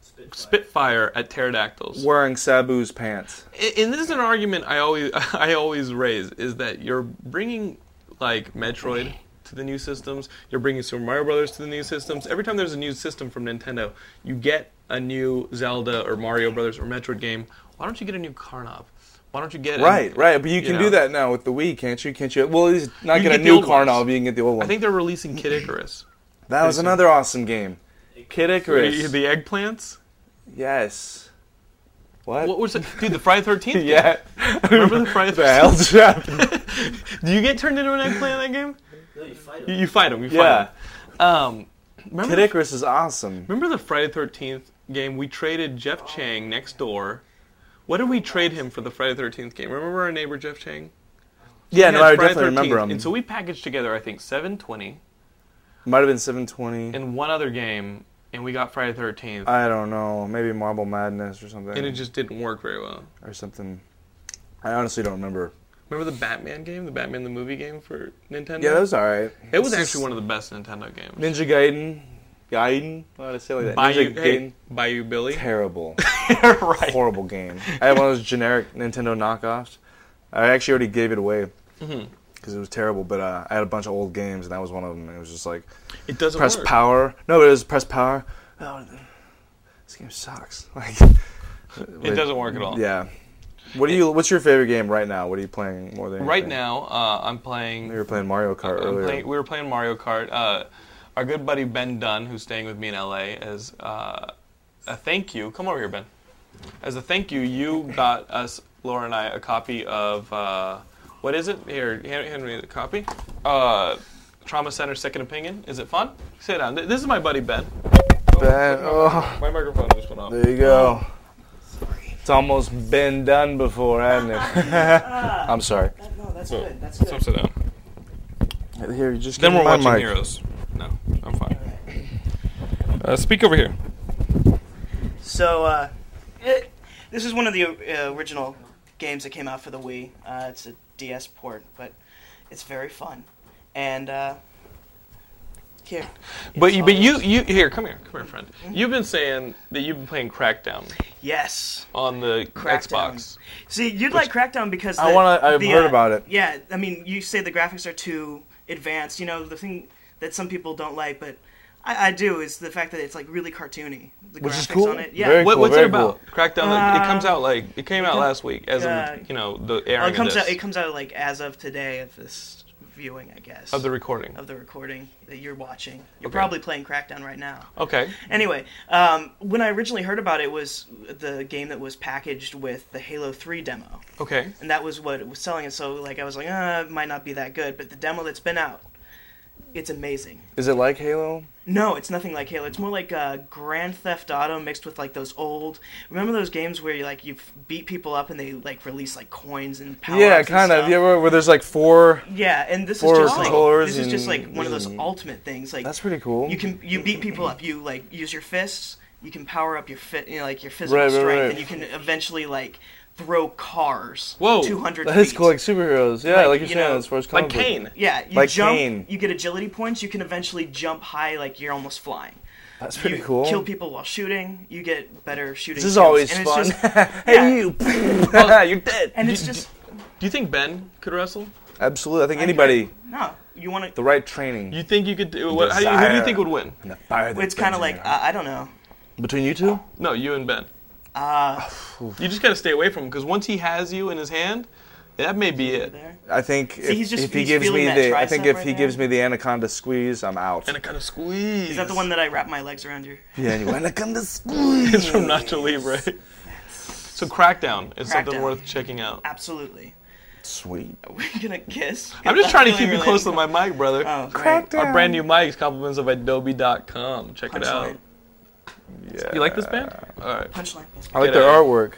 S5: Spitfire.
S2: Spitfire at pterodactyls?
S3: wearing Sabu's pants.
S2: A- and this is an argument I always <laughs> I always raise is that you're bringing like Metroid to the new systems, you're bringing Super Mario Brothers to the new systems. Every time there's a new system from Nintendo, you get a new Zelda or Mario Brothers or Metroid game. Why don't you get a new Karnov? Why don't you get
S3: Right, right. But you
S2: you
S3: can
S2: know.
S3: do that now with the Wii, can't you? Can't you? Well, at least not
S2: You can
S3: get,
S2: get
S3: a
S2: the
S3: new
S2: old ones.
S3: Karnov. You can get the old one.
S2: I think they're releasing Kid Icarus.
S3: that was
S2: pretty
S3: another awesome game. Kid
S2: The,
S3: <laughs> Icarus.
S2: the eggplants?
S3: yes. What?
S2: What was it? Dude, the Friday 13th? game. <laughs>
S3: <laughs> yeah.
S2: Remember the Friday
S3: <laughs> the hell
S2: 13th?
S3: happened?
S2: <laughs> Do you get turned into an eggplant in that game?
S5: No, you fight
S2: You,
S5: him.
S2: you fight him. You fight
S3: Yeah.
S2: him. Um, remember
S3: Kid
S2: the
S3: Icarus is awesome.
S2: Remember the Friday Thirteenth game? We traded Jeff Chang next door What did we trade him for the Friday Thirteenth game? Remember our neighbor Jeff Chang? He
S3: Yeah, no,
S2: had
S3: I
S2: Friday
S3: definitely remember
S2: 13th,
S3: him.
S2: And so we packaged together, I think, seven twenty
S3: Might have been 720.
S2: and one other game, and we got Friday Thirteenth,
S3: Mm-hmm. I don't know. Maybe Marble Madness or something.
S2: and it just didn't work very well.
S3: or something. I honestly don't remember.
S2: Remember the Batman game, the Batman the movie game for Nintendo?
S3: Yeah, that was all right.
S2: it was actually one of the best Nintendo games.
S3: Ninja Gaiden. Gaiden. Why did I say it like that?
S2: Bayou,
S3: Ninja
S2: hey,
S3: Gaiden.
S2: Bayou
S3: <laughs>
S2: Billy. <laughs>
S3: Terrible,
S2: right. <laughs>
S3: horrible game. I had one of those generic Nintendo knockoffs. I actually already gave it away
S2: Mhm.
S3: because it was terrible. But uh, I had a bunch of old games, and that was one of them. It was just like
S2: It doesn't
S3: press
S2: work.
S3: power. No, it was press power. Oh, this game sucks. <laughs> Like
S2: It doesn't work at all.
S3: Yeah. What do you? What's your favorite game right now? What are you playing more than
S2: Right
S3: anything?
S2: now, uh, I'm playing.
S3: We were playing Mario Kart
S2: I'm
S3: earlier.
S2: playing- we were playing Mario Kart. Uh, our good buddy Ben Dunn, who's staying with me in LA, as uh, a thank you. Come over here, Ben. As a thank you, you got us, Laura and I, a copy of uh, what is it? Here, hand, hand me the copy. Uh, Trauma Center Second Opinion. Is it fun? Sit down. Th- This is my buddy Ben.
S3: Ben, oh,
S2: My microphone just went off.
S3: there you go. It's almost been done before, hasn't it? <laughs> I'm sorry.
S4: That- no, that's
S2: So-
S4: good. That's
S2: So
S4: good.
S2: sit down.
S3: Here, you just
S2: Then
S3: give
S2: we're
S3: me my
S2: watching
S3: mic.
S2: Heroes. No, I'm fine. Uh, speak over here.
S4: So, uh, it, this is one of the uh, original games that came out for the Wii. Uh, it's a DS port, but it's very fun. And uh, here.
S2: But
S4: It's
S2: you, but
S4: all-
S2: you, you here. Come here, come here, friend. You've been saying that you've been playing Crackdown
S4: Yes.
S2: on the
S4: Crackdown.
S2: Xbox.
S4: See, you'd like Crackdown because
S3: I
S4: the-
S3: wanna- I've
S4: the,
S3: heard
S4: uh,
S3: about it.
S4: Yeah, I mean, you say the graphics are too advanced. You know, the thing that some people don't like, but I, I do is the fact that it's like really cartoony. The
S3: Which
S4: graphics
S3: is cool.
S4: on it, yeah.
S3: Very
S2: What,
S3: cool,
S2: what's it
S3: very
S2: about? Crackdown. Like, it
S4: Uh,
S2: comes out like it came out
S4: com-
S2: last week, as
S4: uh,
S2: of you know the
S4: Oh,
S2: airing
S4: it comes
S2: of,
S4: out.
S2: this,
S4: It comes out like as of today of this viewing, I guess.
S2: of the recording.
S4: of the recording that you're watching. You're
S2: Okay.
S4: probably playing Crackdown right now.
S2: Okay.
S4: Anyway, um, when I originally heard about it was the game that was packaged with the Halo 3 demo.
S2: Okay.
S4: And that was what it was selling. And so like I was like, uh, it might not be that good, but the demo that's been out, it's amazing.
S3: Is it like Halo?
S4: No, it's nothing like Halo. It's more like uh, Grand Theft Auto mixed with like those old. Remember those games where you like you beat people up and they like release like coins and power.
S3: yeah, kind of. You ever where there's like four?
S4: Yeah, and this is
S3: Four
S4: just like
S3: controllers
S4: this is just like
S3: and-
S4: one of those
S3: mm.
S4: ultimate things. Like
S3: That's pretty cool.
S4: you can you beat people up. You like use your fists. You can power up your fit, you know, like your physical
S3: Right, right,
S4: strength,
S3: right.
S4: and you can eventually like throw cars.
S2: Whoa.
S4: two hundred.
S3: that is cool, like superheroes. Yeah,
S4: Like,
S3: like, you're
S4: you
S3: saying,
S4: know,
S3: as far as
S2: Like
S3: comic
S2: <laughs>
S3: book.
S2: Kane.
S4: Yeah, you
S3: Like
S4: jump.
S3: Kane.
S4: You get agility points. You can eventually jump high, like you're almost flying.
S3: That's pretty
S4: you
S3: cool.
S4: Kill people while shooting. You get better shooting.
S3: This is
S4: skills,
S3: always
S4: and
S3: fun.
S4: It's
S3: <laughs>
S4: just, yeah.
S3: hey, you! you're dead.
S4: and it's
S2: Do-
S4: just
S2: Do you think Ben could wrestle?
S3: Absolutely. I think anybody,
S4: no. You want to
S3: the right training,
S2: You think you could do? What, how do you, who do you
S3: Desire.
S2: think would win?
S3: and the fire. that
S4: It's kind
S3: burns
S4: of
S3: in
S4: like
S3: your
S4: uh,
S3: heart.
S4: I don't know.
S3: between you two.
S2: No, you and Ben.
S4: Uh,
S2: You just gotta stay away from him because once he has you in his hand, that may be it.
S4: there.
S3: I think if,
S4: he's just-
S3: if he
S4: he's
S3: gives
S4: feeling
S3: me
S4: that
S3: the, I think
S4: tricep
S3: if
S4: right
S3: he
S4: there.
S3: gives me the anaconda squeeze, I'm out.
S2: And it kind of squeeze.
S4: Is that the one that I wrap my legs around your? <laughs>
S3: yeah, anyway, anaconda squeeze.
S2: It's from Nacho Libre. So Crackdown is something
S4: Crackdown.
S2: worth checking out.
S4: Absolutely. <laughs>
S3: Sweet.
S4: Are we gonna kiss?
S2: I'm just trying to keep
S4: Feeling
S2: you
S4: really
S2: close to my mic, brother.
S4: Oh, right.
S3: Crackdown.
S2: Our brand new mics, compliments of Adobe.com. Check it out.
S4: Punchline.
S3: Yeah.
S2: You like this band? All right,
S4: Punchline.
S3: I like
S2: Get
S3: their
S2: out.
S3: artwork.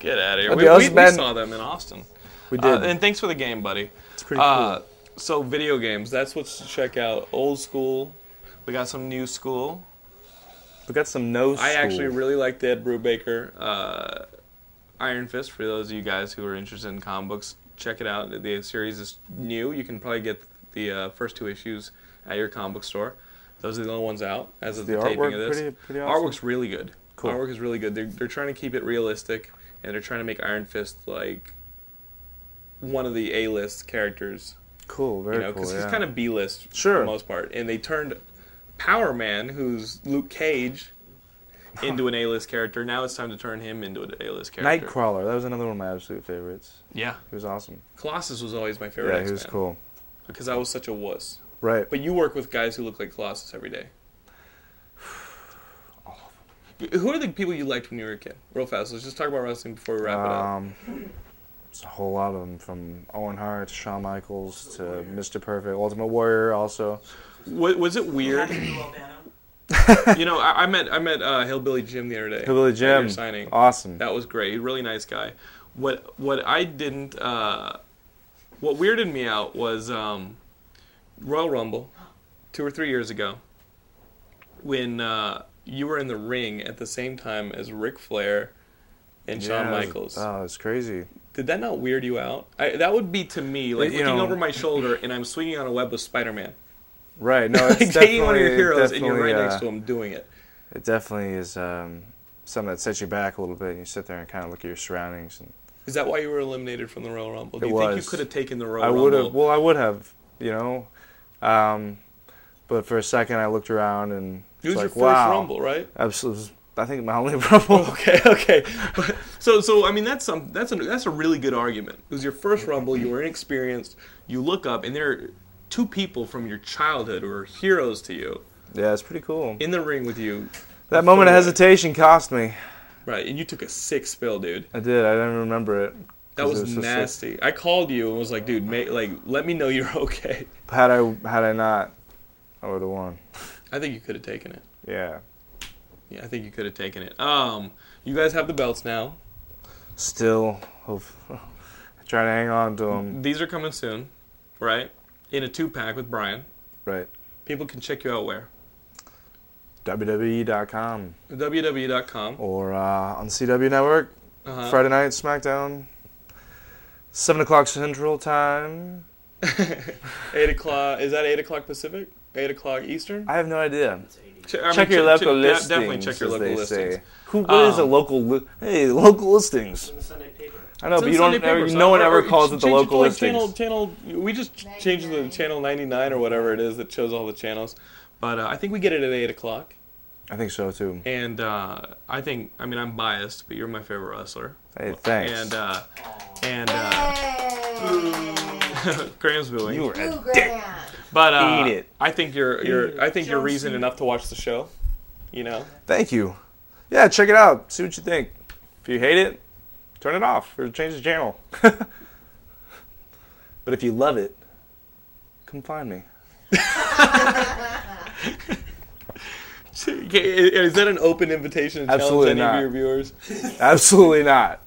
S2: get out of here.
S3: Okay,
S2: We,
S3: that was
S2: we- we
S3: bad.
S2: saw them in Austin.
S3: We
S2: Uh,
S3: did.
S2: and thanks for the game, buddy.
S3: it's pretty
S2: Uh, so video games, that's what to check out. Old school. We got some new school.
S3: cool. We got some no.
S2: I actually
S3: school.
S2: really liked Ed Brubaker, uh, Iron Fist. For those of you guys who are interested in comic books, check it out. The series is new. You can probably get the uh, first two issues at your comic book store. Those are the only ones out as of
S3: The
S2: the, taping
S3: artwork
S2: of this.
S3: pretty- pretty awesome?
S2: Artwork's really good.
S3: Cool.
S2: Artwork is really good. They're, they're trying to keep it realistic, and they're trying to make Iron Fist like one of the A-list characters
S3: cool. Very
S2: you know,
S3: cool.
S2: because
S3: yeah.
S2: he's kind of B list for
S3: Sure.
S2: the most part. And they turned Power Man, who's Luke
S3: <laughs>
S2: Cage, into an A list character. Now it's time to turn him into an A list character.
S3: Nightcrawler. That was another one of my absolute favorites.
S2: Yeah.
S3: He was awesome.
S2: Colossus was always my favorite.
S3: Yeah, he was
S2: X-Man,
S3: cool.
S2: Because I was such a wuss.
S3: Right.
S2: But you work with guys who look like Colossus every
S3: <sighs>
S2: day. Who are the people you liked when you were a kid? Real fast. Let's just talk about wrestling before we wrap it up.
S3: Um, it's a whole lot of them from Owen Hart to Shawn Michaels to Mr. Perfect, Ultimate Warrior. Also,
S2: Wa- Was it weird?
S3: <laughs>
S4: Patrick Albano.
S2: you know, I, I met I met uh, Hillbilly Jim the other day.
S3: Hillbilly
S2: at
S3: Jim.
S2: your signing.
S3: Awesome.
S2: That was great. He's a Really nice guy. What what I didn't uh, what weirded me out was um, Royal Rumble, two or three years ago, when uh, you were in the ring at the same time as Ric Flair and Shawn
S3: Yeah, that was-
S2: Michaels.
S3: Oh, it's crazy.
S2: Did that not weird you out? I, that would be to me like
S3: You
S2: looking
S3: know-
S2: over my shoulder and I'm swinging on a web with Spider
S3: <laughs>
S2: Man.
S3: Right.
S2: <laughs>
S3: No, it's
S2: Like taking one of your
S3: definitely-
S2: heroes and you're
S3: definitely,
S2: right
S3: uh,
S2: next to him doing it.
S3: It definitely is um, something that sets you back a little bit, and you sit there and kind of look at your surroundings. And
S2: Is that why you were eliminated from the Royal Rumble? Do
S3: It
S2: you think
S3: was.
S2: you could have taken the Royal
S3: I
S2: Rumble?
S3: would have. Well, I would have. You know, um, but for a second, I looked around and
S2: It was
S3: it's
S2: your
S3: like,
S2: first
S3: wow,
S2: Rumble, right? <laughs>
S3: Absolutely. I think my <laughs> only rumble.
S2: Okay, okay. But, so, so I mean, that's some that's a that's a really good argument. It was your first Rumble. You were inexperienced. You look up, and there are two people from your childhood who are heroes to you
S3: Yeah, it's pretty cool.
S2: in the ring with you,
S3: That moment of
S2: Right.
S3: hesitation cost me.
S2: right? And you took a sick spill, dude.
S3: I did. I didn't remember it.
S2: That
S3: 'cause
S2: was,
S3: it so sick.
S2: nasty. I called you and was like, dude, ma- like, let me know you're <laughs> okay.
S3: Had I had I not, I would have won.
S2: I think you could have taken it.
S3: Yeah.
S2: Yeah, I think you could have taken it. Um, you guys have the belts now.
S3: Still, hope, <laughs> trying to hang on to them.
S2: These are coming soon, right? In a two pack with Brian.
S3: Right.
S2: People can check you out where?
S3: E WWE.com
S2: www.com.
S3: or uh, on CW
S2: E
S3: Network.
S2: Uh-huh.
S3: Friday night SmackDown. Seven o'clock Central Time.
S2: Eight o'clock. Is that eight o'clock Pacific? Eight o'clock Eastern.
S3: I have no idea.
S5: It's
S2: Che-
S5: 80.
S2: I mean,
S3: check your
S2: che- che-
S3: local
S2: de-
S3: listings.
S2: Definitely check your
S3: as
S2: local
S3: they
S2: listings.
S3: Say. Who? What is a
S2: Um,
S3: local? Li- hey, local listings.
S5: It's in the Sunday paper.
S3: I know,
S2: It's
S3: but
S2: on
S3: you don't.
S2: Sunday paper,
S3: ever-
S2: so-
S3: no one
S2: or-
S3: ever
S2: or
S3: calls it the
S2: change
S3: local
S2: to, like,
S3: listings.
S2: Channel, channel. We just changed the
S6: 99.
S2: channel ninety nine or whatever it is that shows all the channels. But uh, I think we get it at eight o'clock.
S3: I think so too.
S2: And uh, I think I mean I'm biased, but you're my favorite wrestler.
S3: Hey, thanks.
S2: And uh, and uh, <laughs> Graham's booing.
S3: you were a
S6: Blue Grant.
S2: But uh,
S3: Eat it.
S2: I think you're you're I think you're reason enough to watch the show. You know,
S3: Thank you. Yeah, check it out. See what you think. If you hate it, turn it off or change the channel. <laughs> but if you love it, come find me.
S2: is that an open invitation to <laughs>
S3: Absolutely
S2: challenge any
S3: not.
S2: of your viewers?
S3: Absolutely not.